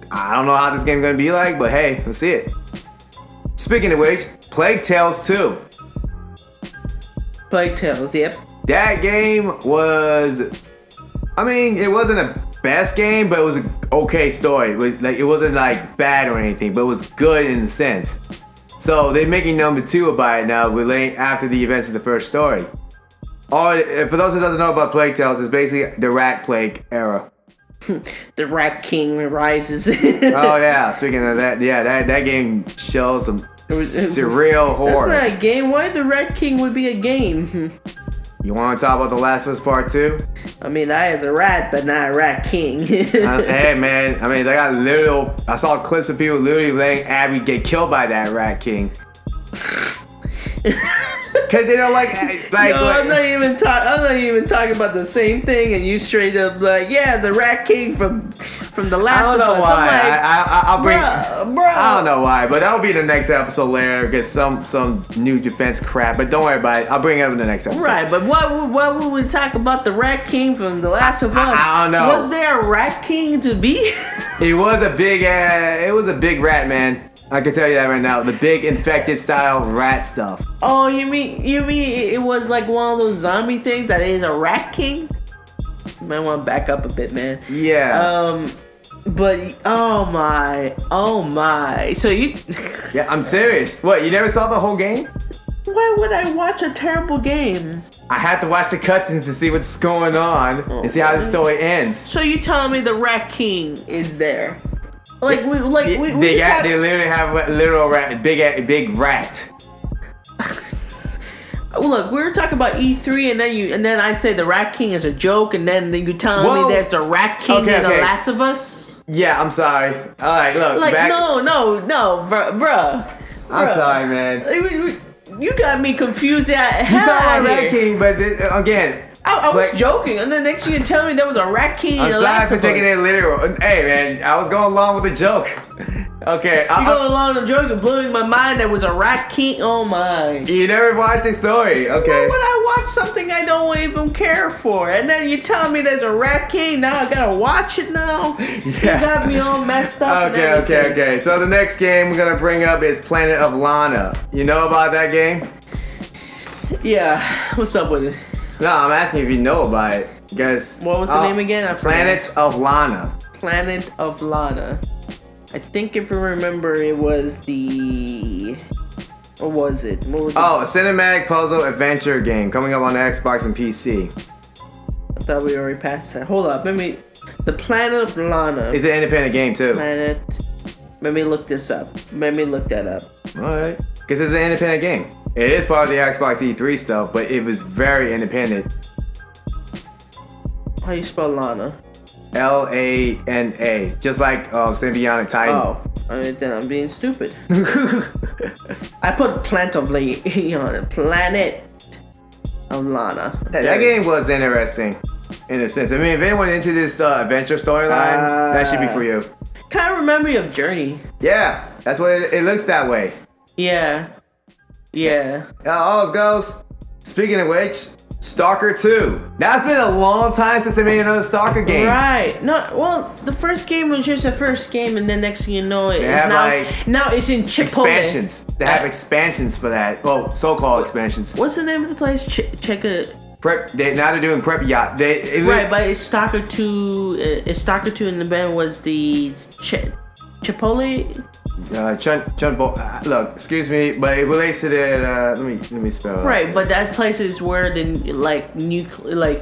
Speaker 1: I don't know how this game gonna be like, but hey, let's see it. Speaking of which, Plague Tales 2.
Speaker 2: Plague Tales. Yep.
Speaker 1: That game was I mean, it wasn't a best game, but it was an okay story. It was, like it wasn't like bad or anything, but it was good in a sense. So they're making number two about it now, relating after the events of the first story. Or for those who doesn't know about Plague Tales, it's basically the Rat Plague era.
Speaker 2: The Rat King rises.
Speaker 1: Oh yeah, speaking of that, yeah, that, that game shows some
Speaker 2: was- it was-
Speaker 1: surreal
Speaker 2: That's
Speaker 1: horror.
Speaker 2: not a game. Why the Rat King would be a game? Hmm.
Speaker 1: You want to talk about The Last of Us Part Two?
Speaker 2: I mean, I is a rat, but not a Rat King.
Speaker 1: Uh, hey man, I mean they got literal. I saw clips of people literally letting Abby get killed by that Rat King. Cause they don't like eh, like.
Speaker 2: No, I'm not
Speaker 1: like
Speaker 2: even talking. I'm not even talking about the same thing, and you straight up like, yeah, the Rat King from from the
Speaker 1: I
Speaker 2: Last
Speaker 1: don't
Speaker 2: of
Speaker 1: know
Speaker 2: Us.
Speaker 1: why. I, I, I'll
Speaker 2: I'm
Speaker 1: bring.
Speaker 2: like, bruh, bruh.
Speaker 1: I don't know why, but that'll be the next episode later. Get some some new defense crap, but don't worry about it. I'll bring it up in the next episode.
Speaker 2: Right, but what would- what would we talk about the Rat King from the Last of
Speaker 1: I-
Speaker 2: Us?
Speaker 1: I don't know.
Speaker 2: Was there a Rat King to be?
Speaker 1: It was a big, uh, it was a big rat, man. I can tell you that right now. The big infected style rat stuff.
Speaker 2: oh, you mean you mean it- it was like one of those zombie things that is a Rat King? You might want to back up a bit, man.
Speaker 1: Yeah.
Speaker 2: Um, but oh my, oh my. So you.
Speaker 1: yeah, I'm serious. What? You never saw the whole game?
Speaker 2: Why would I watch a terrible game?
Speaker 1: I have to watch the cutscenes to see what's going on and see how the story ends.
Speaker 2: So you telling me the Rat King is there? Like we, like
Speaker 1: They,
Speaker 2: we, we
Speaker 1: they
Speaker 2: could
Speaker 1: got,
Speaker 2: talk-
Speaker 1: they literally have a literal rat, big, big rat.
Speaker 2: Look, we were talking about E3, and then you, and then I say the Rat King is a joke, and then you telling
Speaker 1: Whoa.
Speaker 2: me there's the Rat King
Speaker 1: Okay,
Speaker 2: in The
Speaker 1: okay.
Speaker 2: Last of Us.
Speaker 1: Yeah, I'm sorry. All right, look,
Speaker 2: Like
Speaker 1: back.
Speaker 2: no, no, no, bruh, bruh.
Speaker 1: I'm
Speaker 2: bruh.
Speaker 1: sorry, man.
Speaker 2: I mean, You got me confused. Yeah,
Speaker 1: You
Speaker 2: hell
Speaker 1: talking about
Speaker 2: outta
Speaker 1: Rat
Speaker 2: here.
Speaker 1: King, but this, again,
Speaker 2: I, I was
Speaker 1: Like-
Speaker 2: joking, and then next you tell me there was a Rat King
Speaker 1: I'm
Speaker 2: in The
Speaker 1: sorry
Speaker 2: Last
Speaker 1: for
Speaker 2: of
Speaker 1: taking
Speaker 2: Us.
Speaker 1: it literal. Hey, man, I was going along with the joke. Okay, uh, I-
Speaker 2: You
Speaker 1: I-
Speaker 2: going along the joke and blowing my mind. There was a Rat King. Oh my.
Speaker 1: You never watched the story,
Speaker 2: Why
Speaker 1: okay?
Speaker 2: would I watch something I don't even care for? And then you tell me there's a rat king. Now I gotta watch it now.
Speaker 1: Yeah.
Speaker 2: You got me all messed up. and
Speaker 1: Okay, okay,
Speaker 2: everything.
Speaker 1: okay. So the next game we're gonna bring up is Planet of Lana. You know about that game?
Speaker 2: Yeah. What's up with it?
Speaker 1: No, I'm asking if you know about it. Guess
Speaker 2: What was the name again? I forgot.
Speaker 1: Planet of Lana.
Speaker 2: Planet of Lana. I think if you remember, it was the. What was it? What was
Speaker 1: Oh, a cinematic puzzle adventure game coming up on Xbox and PC.
Speaker 2: it? I thought we already passed that. Hold up. Let me. The Planet of Lana.
Speaker 1: It's an independent game too.
Speaker 2: Planet. Let me look this up. Let me look that up.
Speaker 1: Alright. Because it's an independent game. It is part of the Xbox E3 stuff, but it was very independent.
Speaker 2: How you spell Lana?
Speaker 1: L A N A. Just like uh, Symbionic Titan.
Speaker 2: Oh, I mean, then I'm being stupid. I put plant of lay on it. Planet of Lana.
Speaker 1: Hey, that game was interesting in a sense. I mean, if anyone into this uh, adventure storyline, that should be for
Speaker 2: Uh.
Speaker 1: you.
Speaker 2: Kind of remind me of Journey.
Speaker 1: Yeah, that's what it, it looks that way.
Speaker 2: Yeah. Yeah.
Speaker 1: Uh, all's goes. Speaking of which, Stalker 2. That's been a long time since they made another Stalker game.
Speaker 2: Right. No. Well, the first game was just the first game, and then next thing you know, it is
Speaker 1: have,
Speaker 2: now
Speaker 1: like,
Speaker 2: now it's in Chipotle.
Speaker 1: Expansions. They have expansions for that. Well, so-called expansions.
Speaker 2: What's the name of the place? Ch- check it.
Speaker 1: Prep. They now they're doing prep yacht. They it,
Speaker 2: Right, but it's Stalker Two. uh, It's Stalker Two, and the band was the Ch- Chipotle.
Speaker 1: uh, chun, chun bo- uh, Look, excuse me, but it relates to the. Uh, let me let me spell. it out.
Speaker 2: Right, but that place is where the like nuclear, like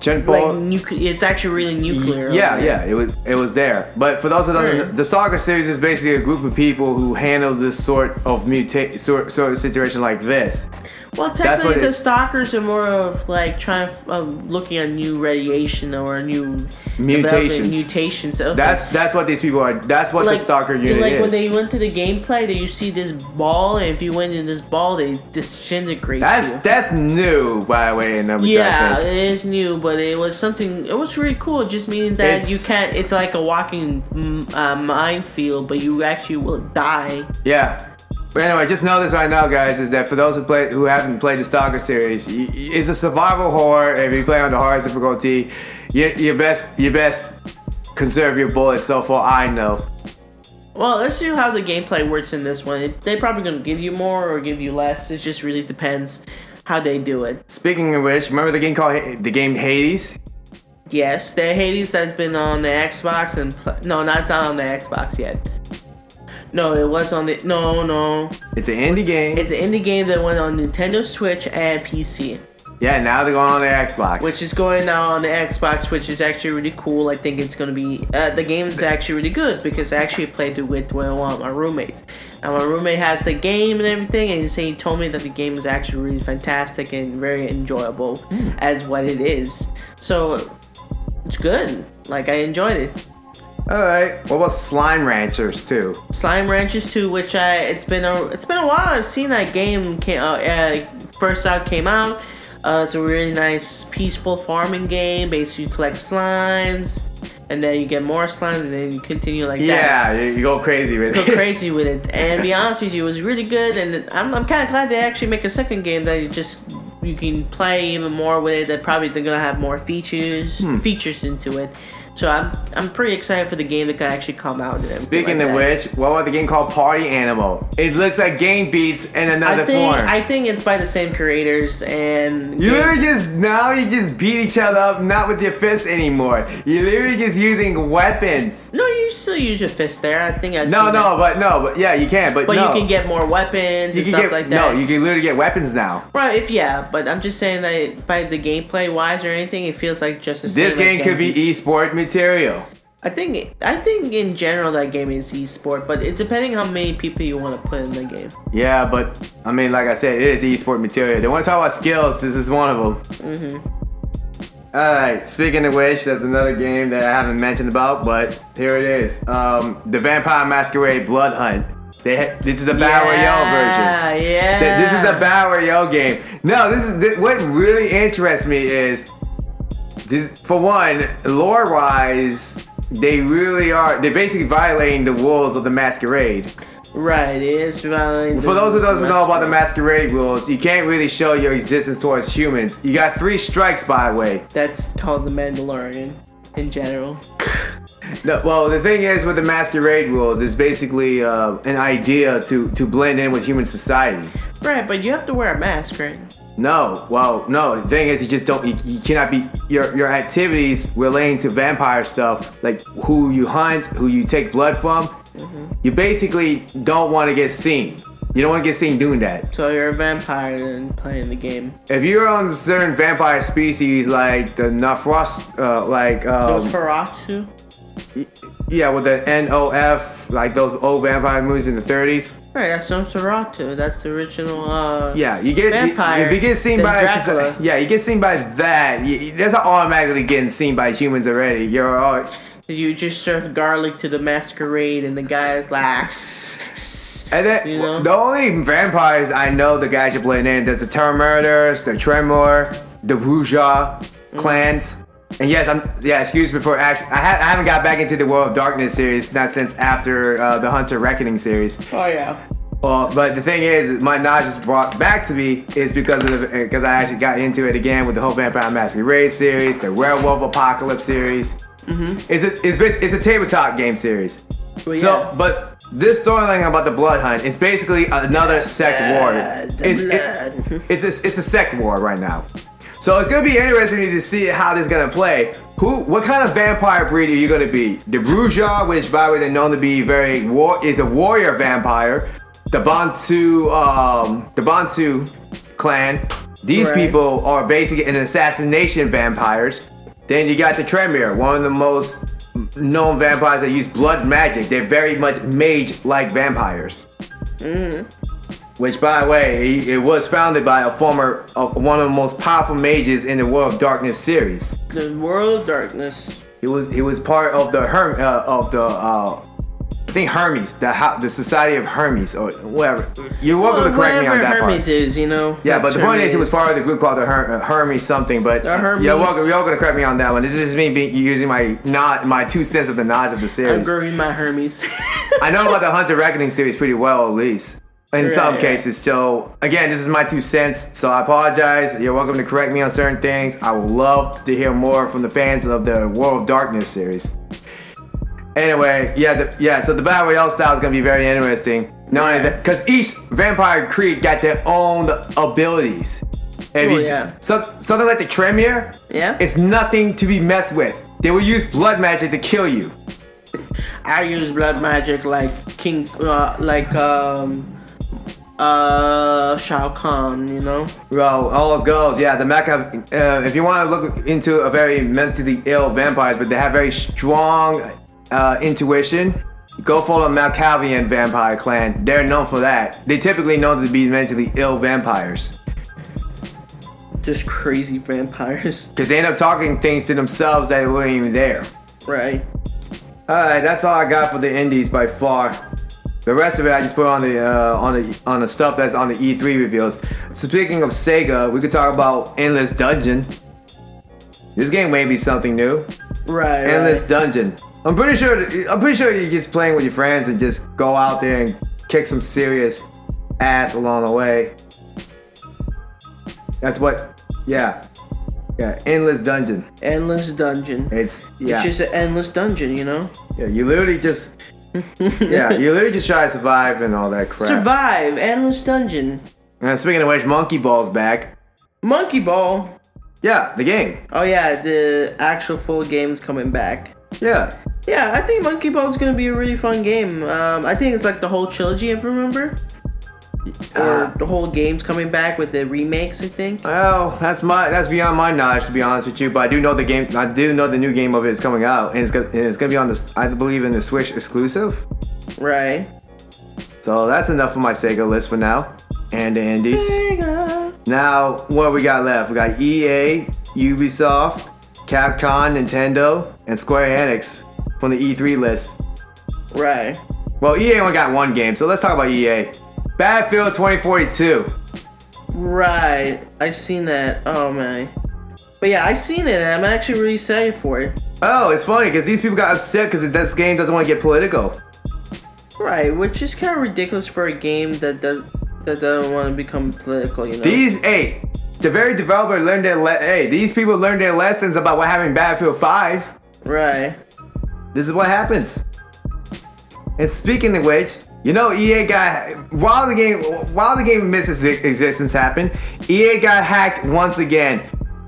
Speaker 1: Chun
Speaker 2: like
Speaker 1: bo-
Speaker 2: nuclear. It's actually really nuclear.
Speaker 1: Yeah,
Speaker 2: over
Speaker 1: yeah,
Speaker 2: there.
Speaker 1: it was it was there. But for those that don't know,
Speaker 2: Hmm.
Speaker 1: the Stalker series is basically a group of people who handle this sort of mutate sort, sort of situation like this.
Speaker 2: Well,
Speaker 1: That's what
Speaker 2: technically, the
Speaker 1: it-
Speaker 2: stalkers are more of like trying, f- um, looking at new radiation or new developing
Speaker 1: Mutations.
Speaker 2: Mutations. Okay.
Speaker 1: That's that's what these people are. That's what the Stalker unit
Speaker 2: like
Speaker 1: is.
Speaker 2: when they went to the gameplay, that you see this ball, and if you went in this ball, they disintegrate.
Speaker 1: that's
Speaker 2: you.
Speaker 1: that's new, by the way. In number
Speaker 2: yeah,
Speaker 1: two,
Speaker 2: it is new, but it was something. It was really cool, just meaning that you
Speaker 1: It's-
Speaker 2: can't. It's like a walking mm, uh, minefield, but you actually will die.
Speaker 1: yeah. But anyway, just know this right now, guys, is that for those who play who haven't played the Stalker series, y- y- it's a survival horror. If you play on the hardest difficulty, you, your best your best conserve your bullets. So far, I know.
Speaker 2: Well, let's see how the gameplay works in this one. They're probably gonna give you more or give you less. It just really depends how they do it.
Speaker 1: Speaking of which, remember the game called Ha- the game Hades?
Speaker 2: Yes, the Hades that's been on the Xbox and pl- no, not it's not on the Xbox yet. No, it was on the no, no.
Speaker 1: It's an indie game.
Speaker 2: It's an indie game that went on Nintendo Switch and PC,
Speaker 1: yeah, now they're going on the Xbox.
Speaker 2: which is going now on the Xbox, which is actually really cool. I think it's gonna be uh, the game is actually really good because I actually played it with well, one of my roommates. And my roommate has the game and everything, and he said- he told me that the game is actually really fantastic and very enjoyable as what it is. So it's good. Like I enjoyed it.
Speaker 1: all right. What about Slime Ranchers too?
Speaker 2: Slime Ranches 2, which I it's been a it's been a while. I've seen that game came out, uh, first out came out. Uh, it's a really nice peaceful farming game. Basically, you collect slimes, and then you get more slimes, and then you continue like that.
Speaker 1: Yeah, you, you go crazy with
Speaker 2: Go
Speaker 1: it.
Speaker 2: crazy with it. And be honest with you, it was really good. And I'm, I'm kind of glad they actually make a second game that you just you can play even more with it. That probably they're gonna have more features
Speaker 1: Hmm.
Speaker 2: features into it. So I'm I'm pretty excited for the game that can actually come out. and everything
Speaker 1: Speaking
Speaker 2: like
Speaker 1: of which,
Speaker 2: that.
Speaker 1: what about the game called Party Animal? It looks like Game Beats in another
Speaker 2: I think,
Speaker 1: form.
Speaker 2: I think it's by the same creators and
Speaker 1: you literally just now you just beat each other up, not with your fists anymore. You're literally just using weapons.
Speaker 2: no, you still use your fist there. I think I
Speaker 1: No, no, but no, but yeah, you can, but,
Speaker 2: but
Speaker 1: no.
Speaker 2: you can get more weapons
Speaker 1: You
Speaker 2: and
Speaker 1: can
Speaker 2: stuff
Speaker 1: get-
Speaker 2: like that.
Speaker 1: No, you can literally get weapons now.
Speaker 2: right? If yeah, but I'm just saying that by the gameplay wise or anything, it feels like just the
Speaker 1: This
Speaker 2: same
Speaker 1: game
Speaker 2: as
Speaker 1: could be e-
Speaker 2: Beats.
Speaker 1: esport material.
Speaker 2: I think I think in general that game is esport, but it's depending how many people you want to put in the game.
Speaker 1: Yeah, but I mean, like I said, it is esport material. They want to talk about skills. This is one of them.
Speaker 2: Mm-hmm.
Speaker 1: All right. Speaking of which, there's another game that I haven't mentioned about, but here it is: um, the Vampire Masquerade Blood Hunt. They ha- this is the battle royale version.
Speaker 2: Yeah, yeah.
Speaker 1: Th- This is the battle royale game. No, this is th- what really interests me is this. For one, lore-wise, they really are. They're basically violating the rules of the Masquerade.
Speaker 2: right. It is violent.
Speaker 1: For those who doesn't know about the masquerade rules, you can't really show your existence towards humans. You got three strikes, by the way.
Speaker 2: that's called the Mandalorian in general.
Speaker 1: No, well, the thing is with the masquerade rules, it's basically uh, an idea to to blend in with human society.
Speaker 2: Right, but you have to wear a mask, right?
Speaker 1: No, well, no. The thing is, you just don't. You, you cannot be your your activities relating to vampire stuff, like who you hunt, who you take blood from. You basically don't want to get seen. You don't want to get seen doing that.
Speaker 2: So you're a vampire and playing the game.
Speaker 1: if you're on certain vampire species like the Nafros, uh, like
Speaker 2: So
Speaker 1: um,
Speaker 2: Farasu?
Speaker 1: yeah, with the NOF, like those old vampire movies in the 30s.
Speaker 2: Right, that's Nosferatu. That's the original. Uh,
Speaker 1: Yeah, you get
Speaker 2: Vampire,
Speaker 1: if you get seen
Speaker 2: then
Speaker 1: by
Speaker 2: Dracula.
Speaker 1: yeah, you get seen by that. You, that's not automatically getting seen by humans already. You're all,
Speaker 2: You just serve garlic to the masquerade, and the guy's like, "Sss, beasts.
Speaker 1: And then
Speaker 2: you know?
Speaker 1: the only vampires I know the guys you're playing in, there's the Term Murders, the Tremor, the Bruja clans. And yes, I'm yeah. Excuse me for actually, I, ha- I haven't got back into the World of Darkness series not since after uh, the Hunter Reckoning series.
Speaker 2: oh yeah.
Speaker 1: Uh, but the thing is, my knowledge is brought back to me is because of the because I actually got into it again with the whole Vampire Masquerade series, the Werewolf Apocalypse series. Mm-hmm. It's a it's, bas- it's a tabletop game series.
Speaker 2: Well, yeah.
Speaker 1: So, but this storyline about the Blood Hunt is basically another sect war.
Speaker 2: blood, the
Speaker 1: It's it-
Speaker 2: blood.
Speaker 1: it's a, it's a sect war right now. So it's gonna be interesting to see how this is gonna play. Who, what kind of vampire breed are you gonna be? The Bruja, which by the way they're known to be very war, is a warrior vampire. The Bantu, um, the Bantu clan. These
Speaker 2: Right.
Speaker 1: people are basically an assassination vampires. Then you got the Tremere, one of the most known vampires that use blood magic. They're very much mage-like vampires which by the way he- it was founded by a former uh, one of the most powerful mages in the world of darkness series
Speaker 2: The world darkness.
Speaker 1: he was he was part of the Herm, uh, of the uh, i think hermes the ho- the society of hermes or whatever you're welcome
Speaker 2: Well,
Speaker 1: to correct me on
Speaker 2: whatever
Speaker 1: that
Speaker 2: Hermes
Speaker 1: part
Speaker 2: is, you know.
Speaker 1: yeah, but
Speaker 2: that's
Speaker 1: the point
Speaker 2: Hermes.
Speaker 1: is, he was part of the group called the Her- uh, Hermes something. But
Speaker 2: The
Speaker 1: uh,
Speaker 2: Hermes.
Speaker 1: you're welcome. You're welcome to correct me on that one. This is just me being, using my not my two cents of the knowledge of the
Speaker 2: I'm
Speaker 1: series.
Speaker 2: growing my Hermes.
Speaker 1: I know about the Hunter Reckoning series pretty well, at least in
Speaker 2: Right,
Speaker 1: some
Speaker 2: right.
Speaker 1: cases. So again, this is my two cents. So I apologize. You're welcome to correct me on certain things. I would love to hear more from the fans of the World of Darkness series. Anyway, yeah, the, yeah. So the battle royale style is gonna be very interesting. Not only that, because each vampire creed got their own abilities. If
Speaker 2: Well,
Speaker 1: you-
Speaker 2: yeah.
Speaker 1: so, something like the Tremere,
Speaker 2: Yeah.
Speaker 1: it's nothing to be messed with. They will use blood magic to kill you.
Speaker 2: I use blood magic like King, uh, like um, uh, Shao Kahn. You know.
Speaker 1: Well, all those girls, yeah, the Mecca. Uh, if you want to look into a very mentally ill vampires, but they have very strong uh, intuition, go follow Malkavian vampire clan. They're known for that. They typically known to be mentally ill vampires
Speaker 2: Just crazy vampires,
Speaker 1: because they end up talking things to themselves that weren't even there.
Speaker 2: right?
Speaker 1: All right, that's all I got for the indies by far. The rest of it I just put on the uh, on the on the stuff that's on the E3 reveals. So speaking of Sega, we could talk about Endless Dungeon. This game may be something new.
Speaker 2: Right.
Speaker 1: Endless
Speaker 2: right.
Speaker 1: Dungeon. I'm pretty sure I'm pretty sure you're just playing with your friends and just go out there and kick some serious ass along the way. That's what yeah. Yeah, Endless Dungeon.
Speaker 2: endless dungeon.
Speaker 1: It's yeah.
Speaker 2: It's just an endless dungeon, you know.
Speaker 1: Yeah, you literally just yeah, you literally just try to survive and all that crap.
Speaker 2: Survive endless dungeon.
Speaker 1: And speaking of which, Monkey Ball's back.
Speaker 2: Monkey ball.
Speaker 1: Yeah, the game.
Speaker 2: Oh yeah, the actual full game's coming back.
Speaker 1: Yeah,
Speaker 2: Yeah, I think Monkey Ball's gonna be a really fun game. Um, I think it's like the whole trilogy, if I remember.
Speaker 1: Uh, Uh-huh.
Speaker 2: Or the whole game's coming back with the remakes, I think.
Speaker 1: Well, that's my that's beyond my knowledge to be honest with you. But I do know the game. I do know the new game of it is coming out, and it's gonna and it's gonna be on the I believe in the Switch exclusive.
Speaker 2: Right.
Speaker 1: So that's enough for my Sega list for now, and the Indies.
Speaker 2: Sega.
Speaker 1: Now what we got left? We got EA, Ubisoft, Capcom, Nintendo, and Square Enix from the E3 list.
Speaker 2: Right.
Speaker 1: Well, EA only got one game, so let's talk about E EA. Battlefield 2042.
Speaker 2: Right. I seen that. Oh my. But yeah, I seen it and I'm actually really excited for it.
Speaker 1: Oh, it's funny because these people got upset because this game doesn't want to get political.
Speaker 2: Right, which is kind of ridiculous for a game that does that doesn't want to become political, you know.
Speaker 1: These hey, the very developer learned their le- hey. These people learned their lessons about what happened in Battlefield 5.
Speaker 2: right.
Speaker 1: This is what happens. And speaking of which, you know EA got while the game while the game misses existence happened, EA got hacked once again.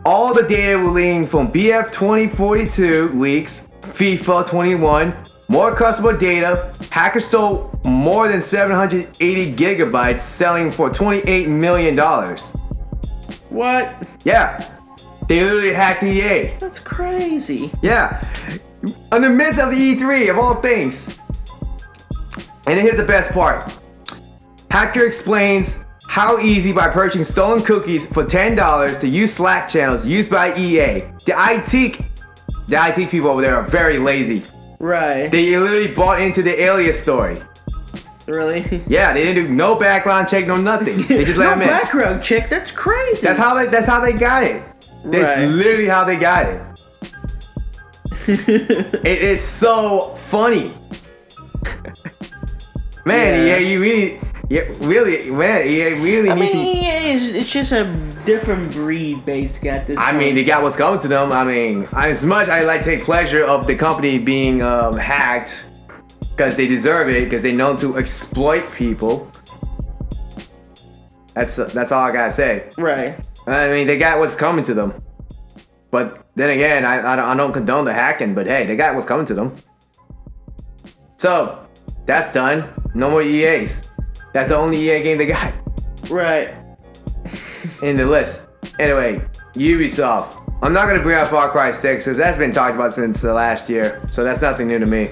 Speaker 1: All the data were leaking from BF 2042 leaks, FIFA 21, more customer data. Hackers stole more than 780 gigabytes, selling for 28 million dollars.
Speaker 2: What?
Speaker 1: Yeah, they literally hacked E EA.
Speaker 2: That's crazy.
Speaker 1: Yeah. In the midst of the E3, of all things. And here's the best part Hacker explains how easy by purchasing stolen cookies for $10 to use Slack channels used by EA. The IT, the IT people over there are very lazy.
Speaker 2: Right.
Speaker 1: They literally bought into the alias story.
Speaker 2: Really?
Speaker 1: Yeah, they didn't do no background check, no nothing. They just let them
Speaker 2: no
Speaker 1: in.
Speaker 2: background check. That's crazy.
Speaker 1: That's how they. That's how they got it. That's
Speaker 2: Right.
Speaker 1: literally how they got it. It- it's so funny, man. Yeah,
Speaker 2: Yeah.
Speaker 1: you really, yeah, really, man. Yeah, really
Speaker 2: I
Speaker 1: needs
Speaker 2: mean,
Speaker 1: to.
Speaker 2: EA is it's just a different breed, basically. At this,
Speaker 1: I
Speaker 2: point.
Speaker 1: mean, they got what's coming to them. I mean, as much I like take pleasure of the company being um, hacked, because they deserve it, because they know to exploit people. That's that's all I gotta say.
Speaker 2: right.
Speaker 1: I mean, they got what's coming to them. But then again, I, I, don't- I don't condone the hacking, but hey, they got what's coming to them. So, that's done. No more EAs. That's the only EA game they got
Speaker 2: Right.
Speaker 1: in the list. Anyway, Ubisoft. I'm not going to bring up Far Cry 6 because that's been talked about since the last year. So, that's nothing new to me.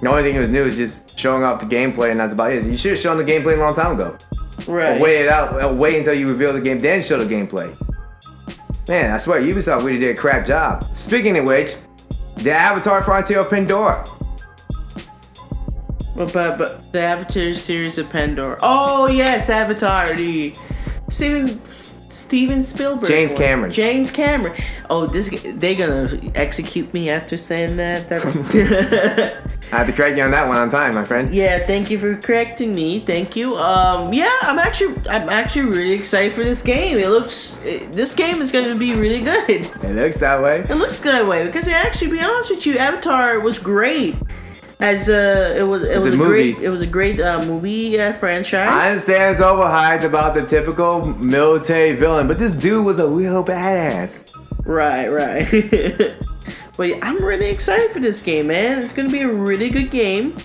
Speaker 1: The only thing that was new is just showing off the gameplay, and that's about it. You should have shown the gameplay a long time ago.
Speaker 2: Right.
Speaker 1: Wait it out. uh, Wait until you reveal the game, then show the gameplay. Man, I swear Ubisoft really did a crap job. Speaking of which, the Avatar Frontier of Pandora.
Speaker 2: But, but, but the Avatar series of Pandora. Oh yes, Avatar. The Steven S- Steven Spielberg.
Speaker 1: James
Speaker 2: one.
Speaker 1: Cameron.
Speaker 2: James Cameron. Oh, this g- they gonna execute me after saying that. That.
Speaker 1: I have to correct you on that one on time, my friend.
Speaker 2: Yeah, thank you for correcting me. Thank you. Um, yeah, I'm actually, I'm actually really excited for this game. It looks, it, this game is going to be really good.
Speaker 1: It looks that way.
Speaker 2: It looks that way because actually, be honest with you, Avatar was great. As a, it was, it was
Speaker 1: a
Speaker 2: a, great,
Speaker 1: movie.
Speaker 2: it was a great uh, movie uh,
Speaker 1: I
Speaker 2: franchise.
Speaker 1: understand it's overhyped about the typical military villain, but this dude was a real badass.
Speaker 2: right, right. but I'm really excited for this game, man. It's going to be a really good game.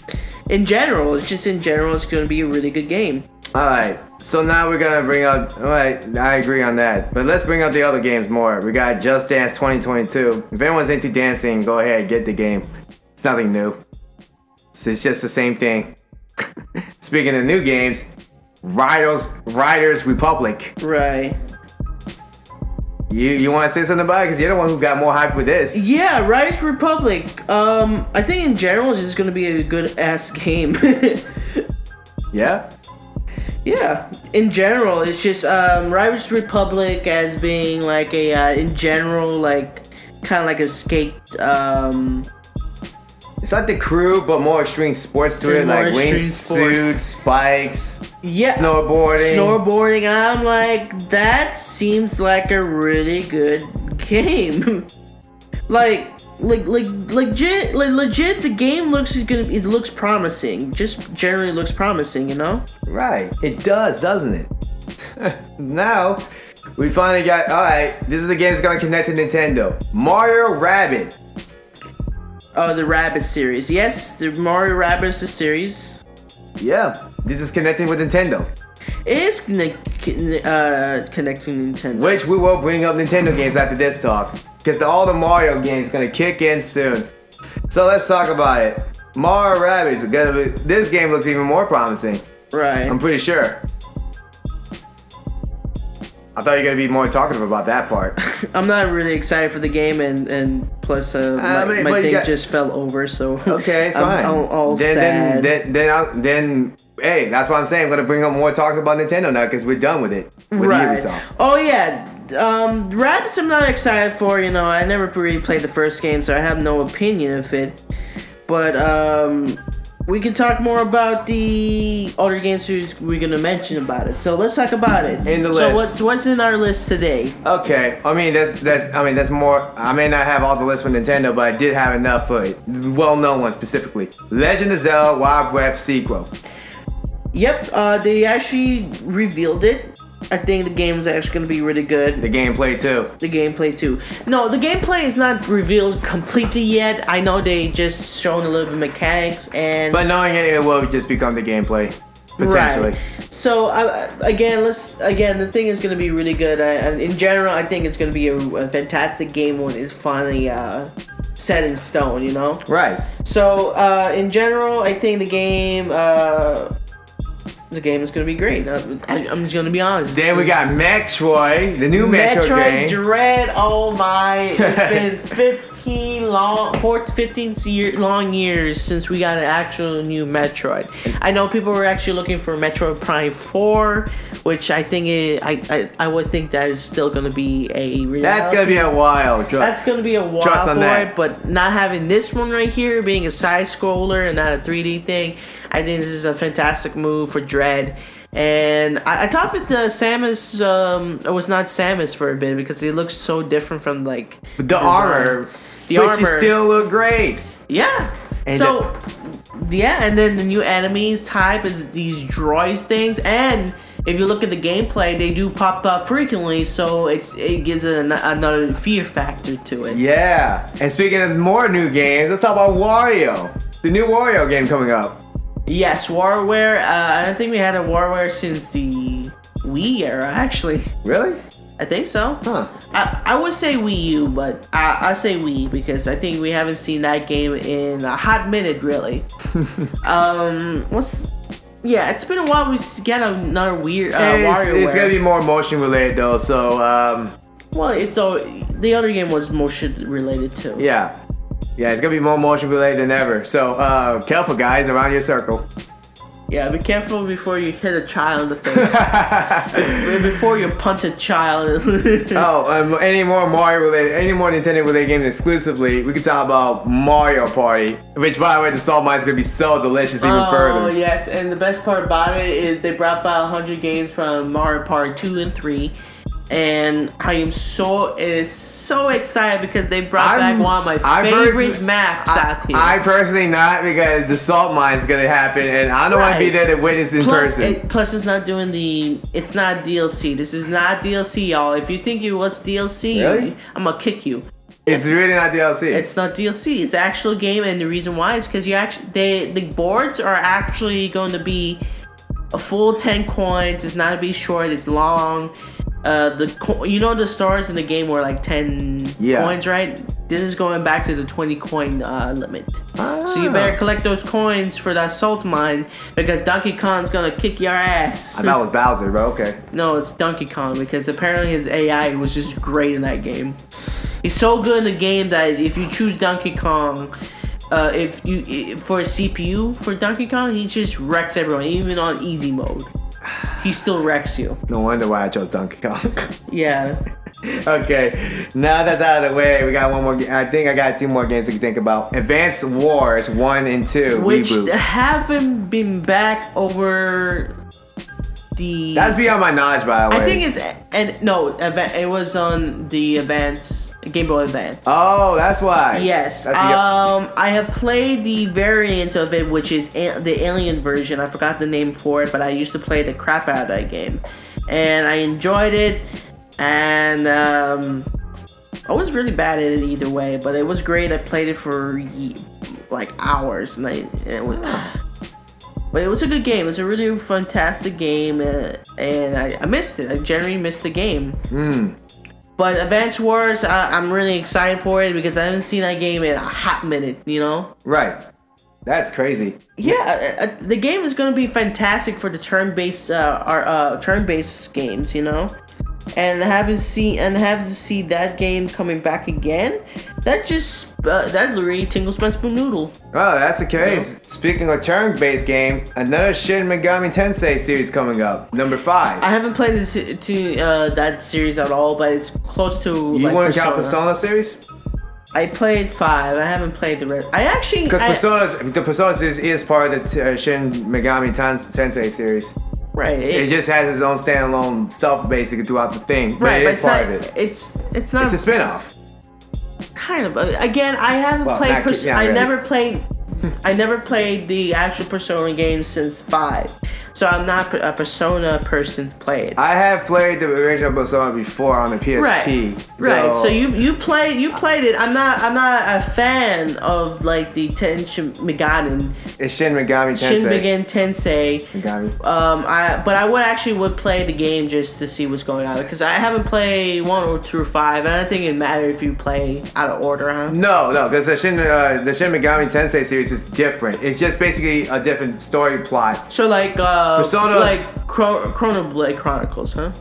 Speaker 2: In general, it's just in general, it's going to be a really good game.
Speaker 1: Alright, so now we're gonna bring up. Alright, I agree on that. But let's bring up the other games more. We got Just Dance 2022. If anyone's into dancing, go ahead, get the game. It's nothing new, it's it's just the same thing. Speaking of new games, Riders, Riders Republic.
Speaker 2: Right.
Speaker 1: You you wanna say something about it? Because you're the one who got more hype with this.
Speaker 2: Yeah, Rise Republic. Um, I think in general it's just gonna be a good ass game.
Speaker 1: Yeah?
Speaker 2: yeah, in general it's just um, Rise Republic as being like a uh, in general like kind of like a skate um
Speaker 1: It's like the crew, but more extreme sports to
Speaker 2: Yeah,
Speaker 1: it,
Speaker 2: more
Speaker 1: like
Speaker 2: extreme
Speaker 1: wingsuits,
Speaker 2: sports.
Speaker 1: spikes,
Speaker 2: yeah
Speaker 1: snowboarding.
Speaker 2: snowboarding. I'm like that seems like a really good game. like. Like, like legit like legit the game looks is gonna it looks promising just generally looks promising you know
Speaker 1: Right. It does, doesn't it? now, we finally got. Alright, this is the game that's gonna connect to Nintendo. Mario Rabbit.
Speaker 2: Oh, the Rabbit series. Yes, the Mario Rabbits series
Speaker 1: Yeah, this is connecting with Nintendo.
Speaker 2: is conne- conne- uh, connecting Nintendo.
Speaker 1: Which we will bring up Nintendo games after this talk. Because all the Mario games gonna kick in soon. So let's talk about it. Mario Rabbit's gonna be. This game looks even more promising.
Speaker 2: Right.
Speaker 1: I'm pretty sure. I thought you were gonna be more talkative about that part.
Speaker 2: I'm not really excited for the game, and and plus uh, my,
Speaker 1: but-
Speaker 2: my
Speaker 1: but you
Speaker 2: thing
Speaker 1: got-
Speaker 2: just fell over. So
Speaker 1: Okay,
Speaker 2: I'm
Speaker 1: fine.
Speaker 2: all, all
Speaker 1: then, then
Speaker 2: sad.
Speaker 1: then then I'll, then hey, that's what I'm saying. I'm gonna bring up more talks about Nintendo now because we're done with it with
Speaker 2: right.
Speaker 1: Ubisoft.
Speaker 2: Oh yeah. Um, Rabbits. I'm not excited for. You know, I never really played the first game, so I have no opinion of it. But um, we can talk more about the other games who's- we're gonna mention about it. So let's talk about it.
Speaker 1: In the
Speaker 2: so
Speaker 1: list.
Speaker 2: what's what's in our list today?
Speaker 1: Okay, I mean that's that's I mean that's more. I may not have all the lists for Nintendo, but I did have enough for it. well-known ones specifically. Legend of Zelda: Wild Breath sequel.
Speaker 2: Yep. Uh, they actually revealed it. I think the game is actually gonna be really good.
Speaker 1: The gameplay too.
Speaker 2: the gameplay too. No, the gameplay is not revealed completely yet. I know they just shown a little bit mechanics and
Speaker 1: But knowing it, it will just become the gameplay potentially.
Speaker 2: Right. So uh, again, let's again the thing is going to be really good. I, and in general, I think it's going to be a, a fantastic game when it's finally uh, set in stone. You know.
Speaker 1: Right.
Speaker 2: So uh, in general, I think the game. Uh, the game is gonna be great. Uh, I, I'm just gonna be honest.
Speaker 1: Then we got Metroid, the new Metroid,
Speaker 2: Metroid
Speaker 1: game.
Speaker 2: Dread. Oh my! It's been 15 long, four to 15 year, long years since we got an actual new Metroid. I know people were actually looking for Metroid Prime 4, which I think it, I, I I would think that is still going to be a reality.
Speaker 1: That's gonna be a while. Trust.
Speaker 2: that's going to be a while
Speaker 1: Trust on
Speaker 2: for
Speaker 1: that.
Speaker 2: it, but not having this one right here being a side scroller and not a 3D thing, I think this is a fantastic move for Dread. And I, I thought that the Samus um, was not Samus for a bit because it looks so different from like
Speaker 1: the
Speaker 2: design.
Speaker 1: armor.
Speaker 2: The
Speaker 1: but she
Speaker 2: armor.
Speaker 1: still look great.
Speaker 2: Yeah.
Speaker 1: And
Speaker 2: so, yeah, and then the new enemies type is these droids things, and if you look at the gameplay, they do pop up frequently, so it's it gives it an, another fear factor to it.
Speaker 1: Yeah. And speaking of more new games, let's talk about Wario. The new Wario game coming up.
Speaker 2: Yes, WarWare. Uh, I don't think we had a WarWare since the Wii era, actually.
Speaker 1: Really?
Speaker 2: I think so.
Speaker 1: Huh.
Speaker 2: I, I would say Wii U, but I, I say Wii because I think we haven't seen that game in a hot minute, really. um, what's yeah, it's been a while. We s- get another weird uh,
Speaker 1: it's,
Speaker 2: WarioWare.
Speaker 1: it's gonna be more motion related though, so um,
Speaker 2: well, it's all the other game was motion related too.
Speaker 1: yeah. Yeah, it's gonna be more motion related than ever. So uh, careful guys around your circle.
Speaker 2: yeah. Be careful before you hit a child in the face. before you punt a child.
Speaker 1: Oh, um, any more Mario related, any more Nintendo related games exclusively, we can talk about Mario Party, which by the way, the salt mine is gonna be so delicious even
Speaker 2: Oh
Speaker 1: further.
Speaker 2: yes, and the best part about it is they brought about 100 games from Mario Party 2 and 3, and I am so is so excited because they brought
Speaker 1: I'm-
Speaker 2: back one of my
Speaker 1: I
Speaker 2: favorite
Speaker 1: personally-
Speaker 2: maps out here.
Speaker 1: I personally not because the salt mine is gonna happen, and I don't want to be
Speaker 2: Right.
Speaker 1: there to witness in
Speaker 2: Plus,
Speaker 1: person.
Speaker 2: it, plus, it's not doing the. It's not DLC. This is not DLC, y'all. If you think it was DLC,
Speaker 1: Really?
Speaker 2: I'm gonna kick you.
Speaker 1: it's really not DLC.
Speaker 2: It's not DLC. It's actual game, and the reason why is because you actually they the boards are actually going to be a full ten coins. It's not gonna be short. It's long. Uh, the co- you know the stars in the game were like ten
Speaker 1: Yeah.
Speaker 2: coins, right? This is going back to the twenty coin uh, limit. So you
Speaker 1: Ah.
Speaker 2: better collect those coins for that salt mine because Donkey Kong's gonna kick your ass.
Speaker 1: I thought it was Bowser, but okay.
Speaker 2: No, it's Donkey Kong because apparently his AI was just great in that game. He's so good in the game that if you choose Donkey Kong, uh, if you i- for a CPU for Donkey Kong, he just wrecks everyone, even on easy mode. He still wrecks you.
Speaker 1: No wonder why I chose Donkey Kong.
Speaker 2: Yeah.
Speaker 1: okay, now that's out of the way, we got one more. Ga- I think I got two more games we can think about. Advanced Wars One and Two
Speaker 2: Which
Speaker 1: reboot.
Speaker 2: haven't been back over the.
Speaker 1: That's beyond my knowledge, by the way.
Speaker 2: I think it's and no, Ava- it was on the advance Game Boy Advance.
Speaker 1: Oh, that's why.
Speaker 2: Yes.
Speaker 1: That's beyond-
Speaker 2: Um, I have played the variant of it, which is a- the alien version. I forgot the name for it, but I used to play the crap out of that game, and I enjoyed it. And um, I was really bad at it either way, but it was great. I played it for ye- like hours, and I and it was. But it was a good game. It's a really fantastic game, uh, and I, I missed it. I generally missed the game. But Advance Wars, I, I'm really excited for it because I haven't seen that game in a hot minute. You know.
Speaker 1: right. That's crazy.
Speaker 2: Yeah, uh, uh, the game is going to be fantastic for the turn-based, uh, our, uh, turn-based games. You know. And having seen and having to see that game coming back again, that just uh, that really tingles my spoon noodle.
Speaker 1: Oh, that's the case. Speaking of turn-based game, another Shin Megami Tensei series coming up, number five.
Speaker 2: I haven't played this to uh, that series at all, but it's close to.
Speaker 1: you
Speaker 2: like,
Speaker 1: want to count Persona series?
Speaker 2: I played five. I haven't played the rest. I actually
Speaker 1: Because
Speaker 2: I-
Speaker 1: Persona, the Persona series is part of the uh, Shin Megami Tens- Tensei series.
Speaker 2: right.
Speaker 1: It
Speaker 2: it-
Speaker 1: just has its own standalone stuff basically throughout the thing, but
Speaker 2: right,
Speaker 1: it
Speaker 2: but
Speaker 1: is
Speaker 2: it's
Speaker 1: part
Speaker 2: not,
Speaker 1: of it.
Speaker 2: It's it's not
Speaker 1: It's a spin-off.
Speaker 2: kind of again. I haven't
Speaker 1: Well,
Speaker 2: played.
Speaker 1: not-
Speaker 2: Pers-
Speaker 1: yeah,
Speaker 2: I
Speaker 1: really.
Speaker 2: never played. I never played the actual Persona games since five, so I'm not a Persona person. Played.
Speaker 1: I have played the original Persona before on the PSP.
Speaker 2: Right, right. So
Speaker 1: though-
Speaker 2: you you played you played it. I'm not I'm not a fan of like the Tenshin Meganen
Speaker 1: it's Shin Megami Tensei.
Speaker 2: Shin Megami Tensei.
Speaker 1: Megami.
Speaker 2: Um, I but I would actually would play the game just to see what's going on because I haven't played one or through five, and I don't think it matter if you play out of order, huh?
Speaker 1: No, no, because the Shin uh, the Shin Megami Tensei series is different. It's just basically a different story plot.
Speaker 2: So like uh,
Speaker 1: Persona-
Speaker 2: like Chro- Chrono Blade Chronicles, huh?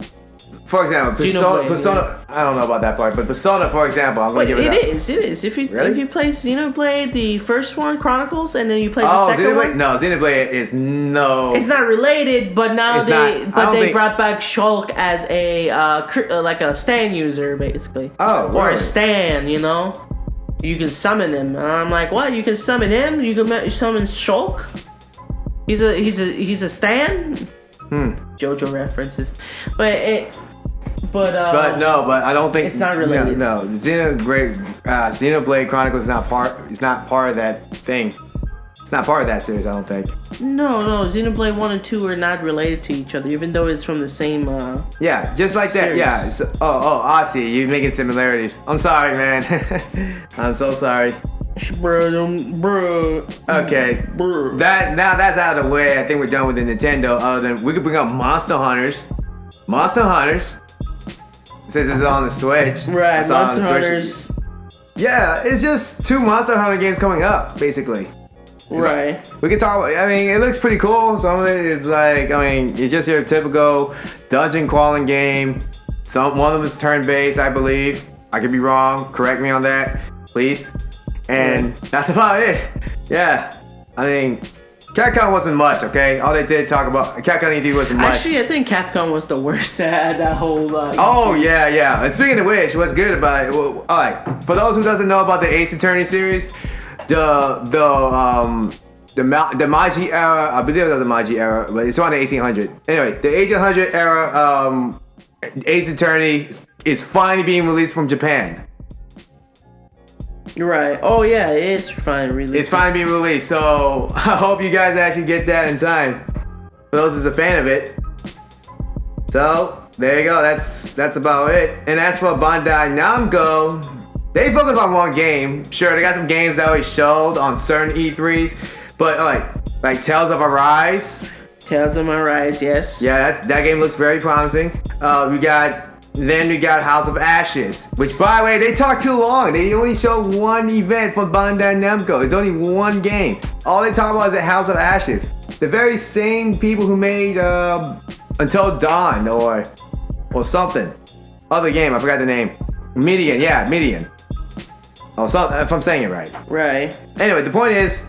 Speaker 1: for example,
Speaker 2: you know
Speaker 1: Persona,
Speaker 2: Blade?
Speaker 1: Persona. I don't know about that part, but Persona, for example, I'm gonna
Speaker 2: But
Speaker 1: give
Speaker 2: it
Speaker 1: it, up.
Speaker 2: is, it is. If you
Speaker 1: Really?
Speaker 2: if you play Xenoblade, the first one Chronicles, and then you play the
Speaker 1: Oh,
Speaker 2: second
Speaker 1: Xenoblade?
Speaker 2: one,
Speaker 1: No, Xenoblade is no.
Speaker 2: it's not related. But now
Speaker 1: It's
Speaker 2: they
Speaker 1: not- I
Speaker 2: but
Speaker 1: don't
Speaker 2: they
Speaker 1: think-
Speaker 2: brought back Shulk as a uh, cr- uh, like a stand user basically.
Speaker 1: Oh,
Speaker 2: or a
Speaker 1: word.
Speaker 2: stand, you know. You can summon him, and I'm like, what? You can summon him? You can ma- summon Shulk? He's a he's a he's a stand. Hmm. JoJo references, but it, but uh,
Speaker 1: But no, but I don't think
Speaker 2: It's not related.
Speaker 1: No, no. Xenoblade, uh, Xenoblade Chronicles is not part. It's not part of that thing. It's not part of that series. I don't think.
Speaker 2: No, no, Xenoblade 1 and 2 are not related to each other, even though it's from the same, uh...
Speaker 1: Yeah, just like that.
Speaker 2: Series.
Speaker 1: Yeah. it's- oh, oh, I see. You're making similarities. I'm sorry, man. I'm so sorry.
Speaker 2: Bro, um, bro,
Speaker 1: Okay.
Speaker 2: bro.
Speaker 1: That now that's out of the way. I think we're done with the Nintendo. Other than we could bring up Monster Hunters. Monster Hunters. Since it's on the Switch. I
Speaker 2: right,
Speaker 1: saw it on
Speaker 2: Monster
Speaker 1: the Switch.
Speaker 2: Hunters,
Speaker 1: Yeah, it's just two Monster Hunter games coming up, basically.
Speaker 2: right.
Speaker 1: We can talk. I mean, it looks pretty cool. Some of it is like, I mean, it's just your typical dungeon crawling game. Some one of them is turn based, I believe. I could be wrong. Correct me on that, please. And that's about it. Yeah, I mean, Capcom wasn't much. Okay, all they did talk about Capcom anything wasn't much.
Speaker 2: Actually, I think Capcom was the worst at that whole, uh...
Speaker 1: Oh yeah, yeah. And speaking of which, what's good about it? Well, all right. For those who doesn't know about the Ace Attorney series, the the um the Ma- the Meiji era, I believe it was the Meiji era, but it's around the 1800. Anyway, the 1800 era um Ace Attorney is finally being released from Japan.
Speaker 2: You're right. Oh, yeah, it is fine, really.
Speaker 1: It's finally being released, so I hope you guys actually get that in time. For those who's a fan of it. So there you go. That's that's about it. And as for Bandai Namco, they focus on one game. Sure, they got some games that always showed on certain E3s, but like like Tales of Arise.
Speaker 2: Tales of My Rise, yes.
Speaker 1: Yeah, that's, that game looks very promising. Uh, we got then we got House of Ashes, which by the way they talk too long. They only show one event from Bandai Namco. It's only one game. All they talk about is the House of Ashes. The very same people who made uh, Until Dawn or or something. Other game, I forgot the name. Midian, yeah, Midian. Oh, so, if I'm saying it right.
Speaker 2: Right.
Speaker 1: Anyway, the point is,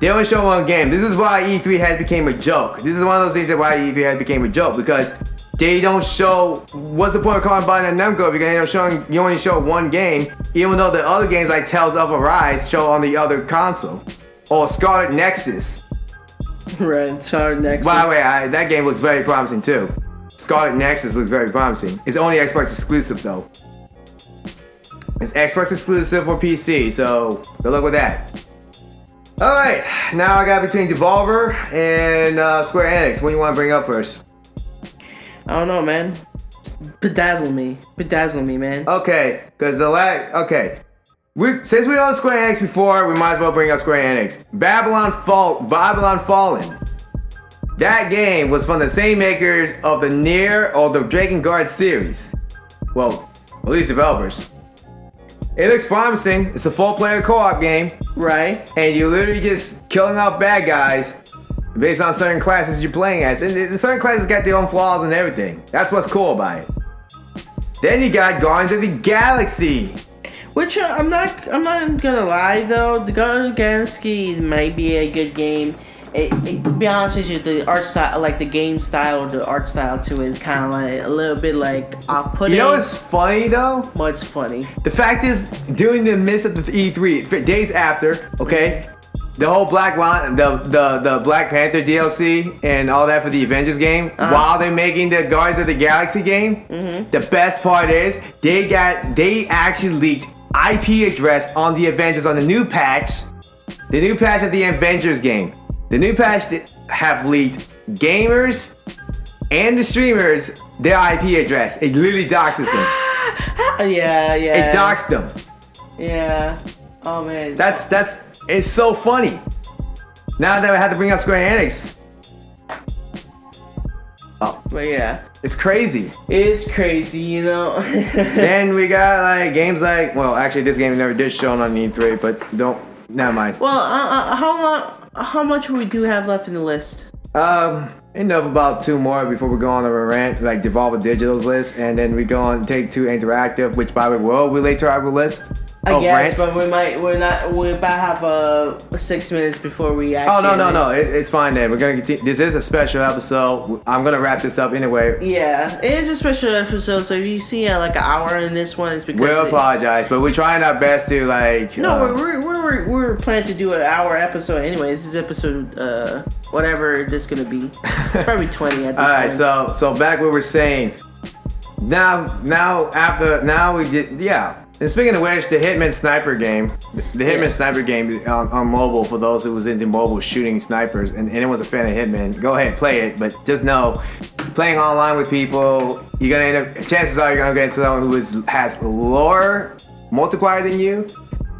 Speaker 1: they only show one game. This is why E3 had became a joke. This is one of those things that why E3 had became a joke because they don't show. What's the point of calling Bandai Namco if you end up showing you only show one game, even though the other games like Tales of Arise show on the other console or Scarlet Nexus.
Speaker 2: Right, so our next
Speaker 1: By the
Speaker 2: is-
Speaker 1: way, I, that game looks very promising too. Scarlet Nexus looks very promising. It's only Xbox exclusive though. It's Xbox exclusive for PC, so good luck with that. All right, now I got between Devolver and uh, Square Enix. What do you want to bring up first?
Speaker 2: I don't know, man. Bedazzle me. Bedazzle me, man.
Speaker 1: Oh. Okay, because the lag. Okay, we since we owned Square Enix before, we might as well bring up Square Enix. Babylon Fall, Babylon Fallen. That game was from the same makers of the Near or the Dragon Guard series. Well, at least developers. It looks promising. It's a four-player co-op game,
Speaker 2: Right.
Speaker 1: and you're literally just killing off bad guys based on certain classes you're playing as. And the certain classes got their own flaws and everything. That's what's cool about it. Then you got Guardians of the Galaxy.
Speaker 2: Which uh, I'm not. I'm not gonna lie though. The Guardians of the Galaxy might be a good game. It, it, to be honest with you, the art style, like the game style, the art style too, is kind of like a little bit like off-putting.
Speaker 1: You know what's funny though?
Speaker 2: but it's funny.
Speaker 1: The fact is, during the midst of the E3, f- days after, okay, the whole Black Wan- the the the Black Panther DLC and all that for the Avengers game, while they're making the Guardians of the Galaxy game, the best part is they got they actually leaked IP address on the Avengers on the new patch, the new patch of the Avengers game. The new patch that have leaked gamers and the streamers their IP address. It literally doxes them.
Speaker 2: Uh, yeah, yeah.
Speaker 1: It doxed them.
Speaker 2: Yeah. Oh man.
Speaker 1: That's that's it's so funny. Now that I had to bring up Square Enix,
Speaker 2: but yeah,
Speaker 1: it's crazy.
Speaker 2: it is crazy, you know.
Speaker 1: then we got like games like well, actually this game never did shown on E3, but don't never mind.
Speaker 2: uh, well, uh, uh, how long? How much we do have left in the list?
Speaker 1: Um, enough about two more before we go on a rant, like Devolver Digital's list, and then we go on Take Two Interactive, which by the way will relate to our list.
Speaker 2: I
Speaker 1: of rants.
Speaker 2: guess, but we might. We're not. We about have uh six minutes before we
Speaker 1: Oh
Speaker 2: actually.
Speaker 1: no no no! It, it's fine then. We're gonna continue. This is a special episode. I'm gonna wrap this up anyway.
Speaker 2: Yeah, it is a special episode. So if you see uh, like an hour in this one, it's because
Speaker 1: We'll
Speaker 2: it-
Speaker 1: apologize, but we're trying our best to like.
Speaker 2: No,
Speaker 1: uh,
Speaker 2: we're, we're, we're, we're planning to do an hour episode anyway. This is episode, uh, whatever this gonna be. It's probably 20 at this
Speaker 1: All right,
Speaker 2: point.
Speaker 1: so so back what we're saying. Now now after now we did yeah. And speaking of which, the Hitman Sniper game, the Hitman
Speaker 2: Yeah.
Speaker 1: Sniper game on, on mobile for those who was into mobile shooting snipers and anyone's a fan of Hitman, go ahead play it. But just know, playing online with people, you're gonna end up. Chances are you're gonna get someone who is has lower multiplier than you,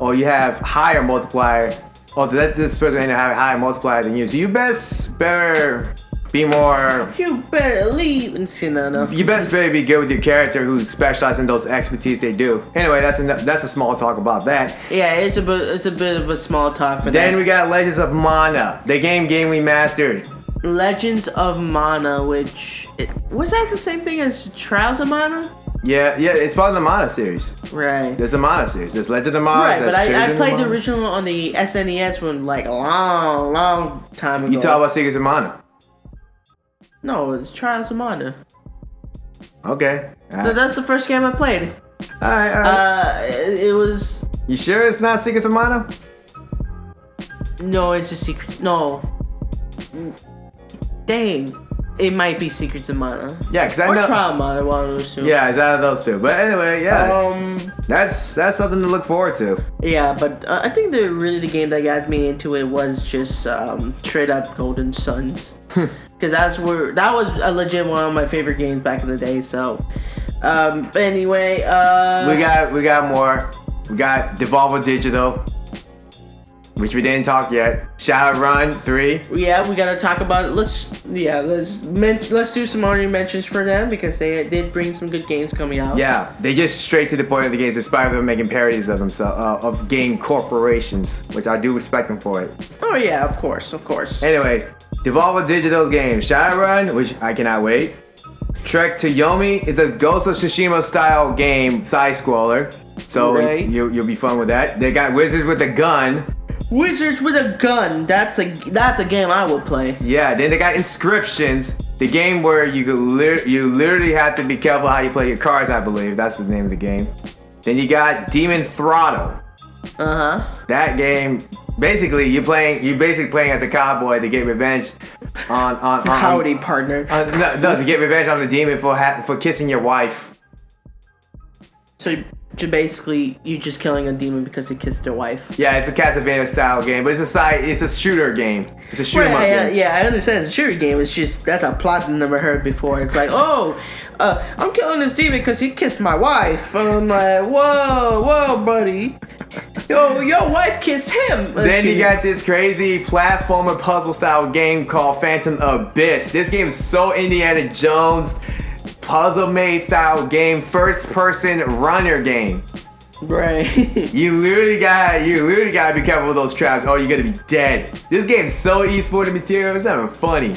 Speaker 1: or you have higher multiplier, or that this person end up having higher multiplier than you. So you best better be more
Speaker 2: You better leave. and See, no, no.
Speaker 1: you best better be good with your character who specializes in those expertise they do. Anyway, that's a, that's a small talk about that.
Speaker 2: Yeah, it's a, bit, it's a bit of a small talk for
Speaker 1: Then we
Speaker 2: that.
Speaker 1: got Legends of Mana, the game game we mastered.
Speaker 2: Legends of Mana, which. It, was that the same thing as Trials of Mana?
Speaker 1: Yeah, yeah, it's part of the Mana series.
Speaker 2: Right.
Speaker 1: There's a Mana series. There's Legend of Mana.
Speaker 2: Right,
Speaker 1: there's
Speaker 2: but I, I
Speaker 1: Children of
Speaker 2: played the
Speaker 1: Mana.
Speaker 2: original on the SNES one like a long, long time ago.
Speaker 1: You talk about Secrets of Mana.
Speaker 2: No, it's Trials of Mana.
Speaker 1: Okay. All
Speaker 2: Th-
Speaker 1: right,
Speaker 2: That's the first game I played.
Speaker 1: all right.
Speaker 2: Uh, it it was
Speaker 1: You sure it's not Secrets of Mana?
Speaker 2: No, it's a secret. No. Dang. It might be Secrets of Mana.
Speaker 1: Yeah, because I
Speaker 2: Or
Speaker 1: know.
Speaker 2: Trial Mana, one of those two.
Speaker 1: Yeah, it's out of those two. But anyway, yeah,
Speaker 2: Um.
Speaker 1: that's that's something to look forward to.
Speaker 2: Yeah, but uh, I think the really the game that got me into it was just um, straight up Golden Suns,
Speaker 1: Hmm.
Speaker 2: because that's where that was a legit one of my favorite games back in the day. So, um. but Anyway, uh.
Speaker 1: We got we got more. We got Devolver Digital, which we didn't talk yet. Shadowrun three.
Speaker 2: Yeah, we gotta talk about it. Let's yeah, let's men- let's do some honorary mentions for them because they did bring some good games coming out.
Speaker 1: Yeah, they just straight to the point of the games, despite them making parodies of themselves uh, of game corporations, which I do respect them for it.
Speaker 2: Oh yeah, of course, of course.
Speaker 1: Anyway, Devolver Digital's game Shadowrun, which I cannot wait. Trek to Yomi is a Ghost of Tsushima style game side scroller, so
Speaker 2: Right.
Speaker 1: you you'll be fun with that. They got wizards with a gun.
Speaker 2: Wizards with a gun. That's a that's a game I would play.
Speaker 1: Yeah, then they got inscriptions, the game where you could lit- you literally have to be careful how you play your cards. I believe that's the name of the game. Then you got Demon Throttle.
Speaker 2: Uh huh.
Speaker 1: That game, basically, you playing you basically playing as a cowboy to get revenge on on, on
Speaker 2: Howdy, partner.
Speaker 1: on- no, no, to get revenge on the demon for ha- for kissing your wife.
Speaker 2: so j- basically, you just killing a demon because he kissed their wife.
Speaker 1: Yeah, it's a Castlevania style game, but it's a side, it's a shooter game. It's a shooter
Speaker 2: Right, I- I-
Speaker 1: game.
Speaker 2: yeah, I understand. It's a shooter game. It's just that's a plot I never heard before. It's like, oh, uh, I'm killing this demon because he kissed my wife. And I'm like, whoa, whoa, buddy, yo, your wife kissed him. Let's
Speaker 1: Then you
Speaker 2: see.
Speaker 1: got this crazy platformer puzzle style game called Phantom Abyss. This game is so Indiana Jones puzzle made style game, first person runner game.
Speaker 2: right.
Speaker 1: You literally got you literally gotta be careful with those traps, or you're gonna be dead. This game's so esporting material, it's not even funny.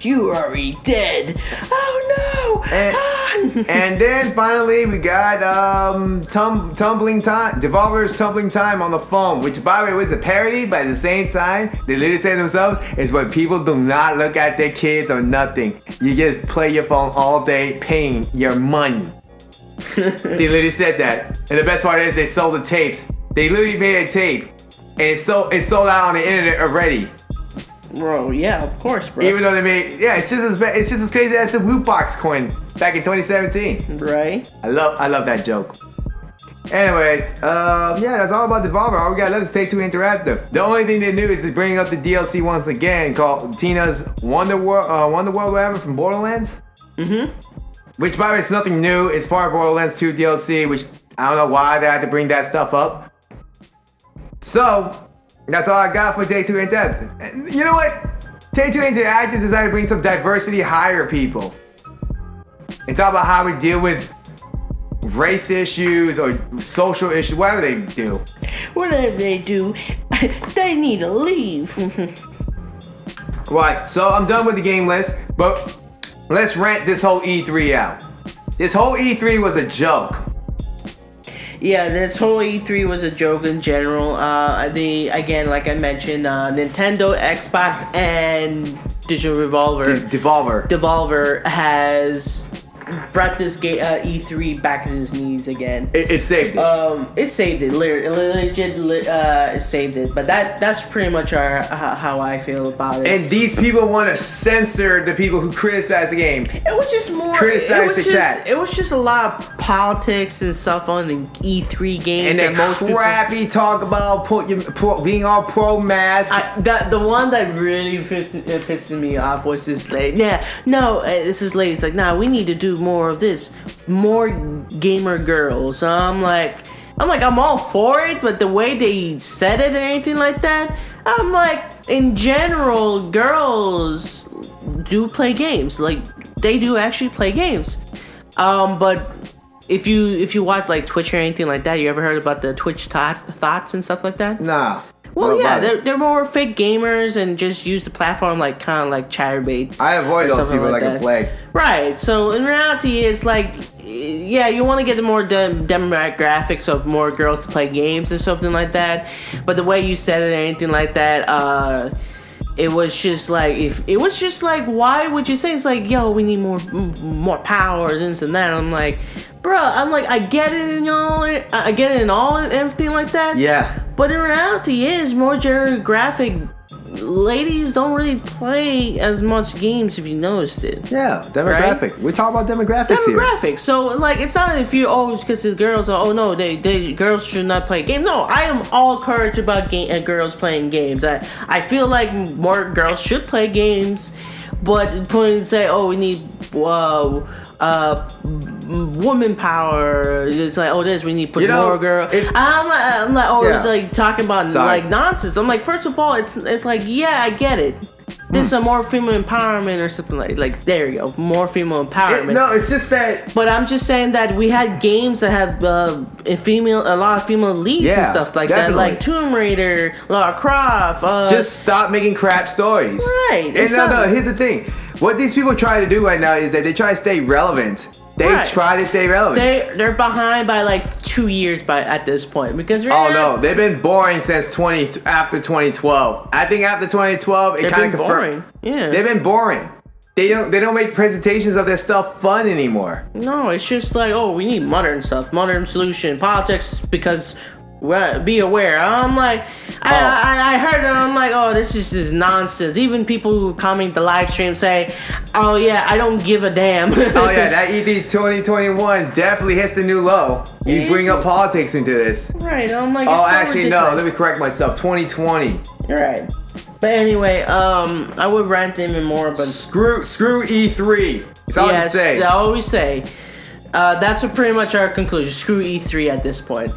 Speaker 2: you are dead. Oh no.
Speaker 1: And,
Speaker 2: Ah.
Speaker 1: and then finally we got um tum- tumbling time Devolver's tumbling time on the phone, which by the way was a parody, but at the same time, they literally say to themselves, is when people do not look at their kids or nothing. You just play your phone all day paying your money. they literally said that. And the best part is they sold the tapes. They literally made a tape. And it's so it's sold out on the internet already.
Speaker 2: Bro, yeah, of course, bro.
Speaker 1: Even though they made yeah, it's just as ba- it's just as crazy as the loot box coin back in 2017.
Speaker 2: right?
Speaker 1: I love I love that joke. Anyway, um, yeah, that's all about Devolver. All we got left is Take Two Interactive. The only thing they knew is to bring up the DLC once again called Tina's Wonder World, uh, Wonder World, whatever from Borderlands. Mm-hmm. Which, by the way, it's nothing new. It's part of Borderlands 2 DLC, which I don't know why they had to bring that stuff up. So, that's all I got for Take Two Interactive. And you know what? Take Two Interactive decided to bring some diversity, hire people, and talk about how we deal with race issues or social issues, whatever they do.
Speaker 2: Whatever they do, they need to leave.
Speaker 1: Right, so I'm done with the game list, but let's rant this whole E3 out. This whole E3 was a joke.
Speaker 2: Yeah, this whole E3 was a joke in general. Uh, the again, like I mentioned, uh, Nintendo, Xbox, and Digital Revolver,
Speaker 1: Devolver.
Speaker 2: Devolver has brought this ga- uh, E3 back to his knees again.
Speaker 1: It, it saved it.
Speaker 2: Um, it saved it. Lir- legit, li- uh, it saved it. But that that's pretty much our, ho- how I feel about it.
Speaker 1: and these people want to censor the people who criticize the game.
Speaker 2: it was just more.
Speaker 1: Criticize
Speaker 2: it was
Speaker 1: the
Speaker 2: just,
Speaker 1: chat.
Speaker 2: It was just a lot of politics and stuff on the E3
Speaker 1: And
Speaker 2: games
Speaker 1: they
Speaker 2: that most people-
Speaker 1: crappy talk about put your, pro, being all pro mask.
Speaker 2: I, that the one that really pissed, uh, pissed me off was this lady. Yeah, no, uh, it's this lady. It's like, nah, we need to do more of this, more gamer girls. So I'm like, I'm like, I'm all for it, but the way they said it or anything like that, I'm like, in general, girls do play games. Like they do actually play games. Um, but if you if you watch like Twitch or anything like that, you ever heard about the Twitch thought, thoughts and stuff like that?
Speaker 1: nah. What
Speaker 2: Well, yeah,
Speaker 1: about it?
Speaker 2: they're, they're more fake gamers and just use the platform like kind of like chatterbait.
Speaker 1: I avoid
Speaker 2: or
Speaker 1: those
Speaker 2: something
Speaker 1: people like, a
Speaker 2: that.
Speaker 1: plague.
Speaker 2: Right. So in reality, it's like, yeah, you want to get the more de- demographics of more girls to play games or something like that. But the way you said it or anything like that, uh, it was just like if it was just like why would you say it's like yo we need more m- more power this and that. I'm like, bruh, I'm like I get it and all, I I get it and all and everything like that.
Speaker 1: Yeah.
Speaker 2: But in reality, is more geographic. Ladies don't really play as much games if you noticed it.
Speaker 1: Yeah, demographic. We're talking about demographics here.
Speaker 2: Demographics. So like, it's not if you always because the girls are oh no they they girls should not play games. No, I am all courage about game uh, girls playing games. I I feel like more girls should play games, but point say oh we need uh uh m- woman power. It's like oh this we need to put
Speaker 1: You know,
Speaker 2: more girl.
Speaker 1: it-
Speaker 2: I'm like, I'm like oh it's
Speaker 1: Yeah.
Speaker 2: like talking about
Speaker 1: Sorry.
Speaker 2: like nonsense. I'm like first of all it's it's like yeah I get it.
Speaker 1: Hmm.
Speaker 2: This is a more female empowerment or something like like there you go more female empowerment.
Speaker 1: It- no, it's just that.
Speaker 2: But I'm just saying that we had games that had uh, a female, a lot of female leads and
Speaker 1: Yeah,
Speaker 2: stuff like
Speaker 1: definitely.
Speaker 2: that, like Tomb Raider, Lara Croft. Uh,
Speaker 1: Just stop making crap stories.
Speaker 2: Right,
Speaker 1: And
Speaker 2: it's
Speaker 1: no, no,
Speaker 2: not-
Speaker 1: here's the thing. What these people try to do right now is that they try to stay relevant. They
Speaker 2: Right.
Speaker 1: try to stay relevant.
Speaker 2: they they're behind by like two years by at this point because
Speaker 1: Oh no, they've been boring since 20 after 2012. I think after 2012 it
Speaker 2: they've
Speaker 1: kind
Speaker 2: been
Speaker 1: of confirmed.
Speaker 2: boring. Yeah,
Speaker 1: They've been boring. They don't they don't make presentations of their stuff fun anymore.
Speaker 2: no, it's just like oh we need modern stuff, modern solution, politics because. we're- Be aware. I'm like, I,
Speaker 1: Oh.
Speaker 2: I, I heard it. I'm like, oh, this is just nonsense. Even people who comment the live stream say, oh yeah, I don't give a damn.
Speaker 1: Oh yeah, that ED 2021 definitely hits the new low. You
Speaker 2: It
Speaker 1: bring
Speaker 2: is-
Speaker 1: up politics into this.
Speaker 2: Right. I'm like.
Speaker 1: Oh,
Speaker 2: it's so
Speaker 1: actually no.
Speaker 2: ridiculous.
Speaker 1: Let me correct myself. 2020.
Speaker 2: You're right. But anyway, um, I would rant even more, but
Speaker 1: Screw screw E3. That's all I can
Speaker 2: yes,
Speaker 1: say.
Speaker 2: I always say. Uh, that's pretty much our conclusion. Screw E3 at this point.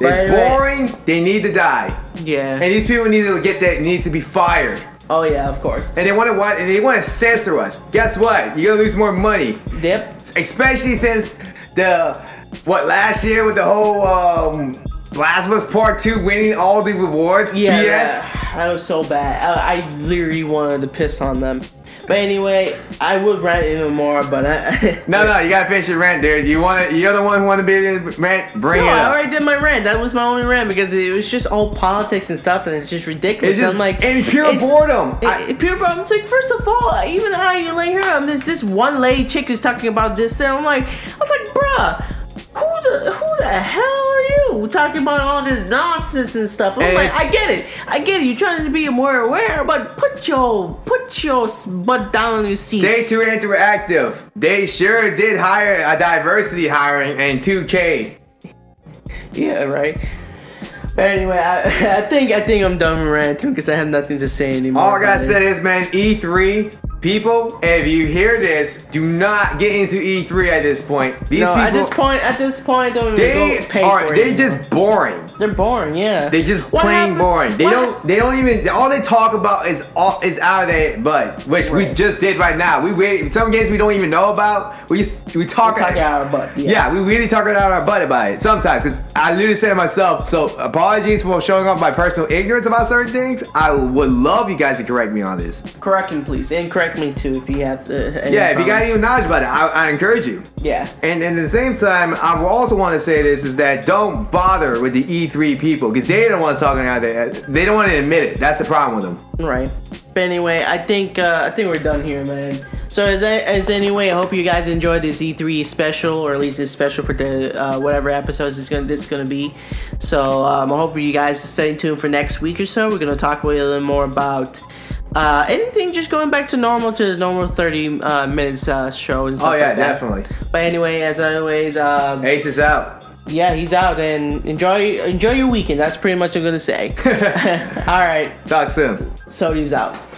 Speaker 1: They're
Speaker 2: But anyway-
Speaker 1: boring. They need to die.
Speaker 2: Yeah.
Speaker 1: And these people need to get that needs to be fired.
Speaker 2: Oh yeah, of course.
Speaker 1: And they want to and they want to censor us. Guess what? You're gonna lose more money.
Speaker 2: Yep.
Speaker 1: especially since the what last year with the whole um Last of Us Part Two winning all the rewards.
Speaker 2: Yeah.
Speaker 1: BS.
Speaker 2: That, that was so bad. Uh, I, I literally wanted to piss on them. But anyway, I would rant even more, but I.
Speaker 1: No, no, you gotta finish your rant, dude. You want to? You're the one who want to be in the rant. Bring
Speaker 2: No,
Speaker 1: it
Speaker 2: I
Speaker 1: up.
Speaker 2: already did my rant. That was my only rant because it was just all politics and stuff, and it's just ridiculous.
Speaker 1: It's just-
Speaker 2: I'm like,
Speaker 1: and pure
Speaker 2: it's-
Speaker 1: boredom.
Speaker 2: It,
Speaker 1: I-
Speaker 2: it- pure boredom. It's like, first of all, even I like here, I'm this this one lady chick is talking about this. Then I'm like, I was like, bruh, who the who the hell are you talking about all this nonsense and stuff? I'm
Speaker 1: And
Speaker 2: like,
Speaker 1: it's-
Speaker 2: I get it, I get it. You're trying to be more aware, but put your put your s- butt down on your seat.
Speaker 1: Day two interactive. They sure did hire a diversity hiring in 2K.
Speaker 2: Yeah, right. But anyway, I, I think I think I'm done ranting because I have nothing to say anymore.
Speaker 1: All I
Speaker 2: about
Speaker 1: gotta
Speaker 2: it.
Speaker 1: say is, man, E3 E People, if you hear this, do not get into E3 at this point. These
Speaker 2: no,
Speaker 1: people,
Speaker 2: at this point, at this point, don't even go
Speaker 1: they
Speaker 2: pay for
Speaker 1: are
Speaker 2: it.
Speaker 1: they just boring.
Speaker 2: They're boring, yeah.
Speaker 1: They just
Speaker 2: What
Speaker 1: plain
Speaker 2: happened-
Speaker 1: boring. They
Speaker 2: what-
Speaker 1: don't. They don't even. All they talk about is all is out of their butt, which we
Speaker 2: Right.
Speaker 1: just did right now. We wait. Some games we don't even know about. We we talk.
Speaker 2: Talk out of our butt, yeah.
Speaker 1: we really talk out our butt about it sometimes. Cause I literally say to myself, so apologies for showing off my personal ignorance about certain things. I would love you guys to correct me on this.
Speaker 2: Correct me, please, and correct me too if you have to. any
Speaker 1: Yeah, if you got
Speaker 2: comments.
Speaker 1: any knowledge about it, I, I encourage you.
Speaker 2: Yeah.
Speaker 1: And, and at the same time, I will also want to say this is that don't bother with the E3 people because they don't want to talking out there. They don't want to admit it. That's the problem with them.
Speaker 2: Right. But anyway, I think uh, I think we're done here, man. So as a- as anyway, I hope you guys enjoyed this E3 special, or at least this special for the uh, whatever episodes it's gonna this is gonna be. So um, I hope you guys stay tuned for next week or so. We're gonna talk a little more about. Uh, anything just going back to normal to the normal 30 uh, minutes uh, show and stuff
Speaker 1: Oh yeah,
Speaker 2: like that.
Speaker 1: definitely.
Speaker 2: but anyway as always um,
Speaker 1: Ace is out.
Speaker 2: yeah he's out and enjoy enjoy your weekend that's pretty much what i'm gonna say all right
Speaker 1: Talk soon.
Speaker 2: Sony's out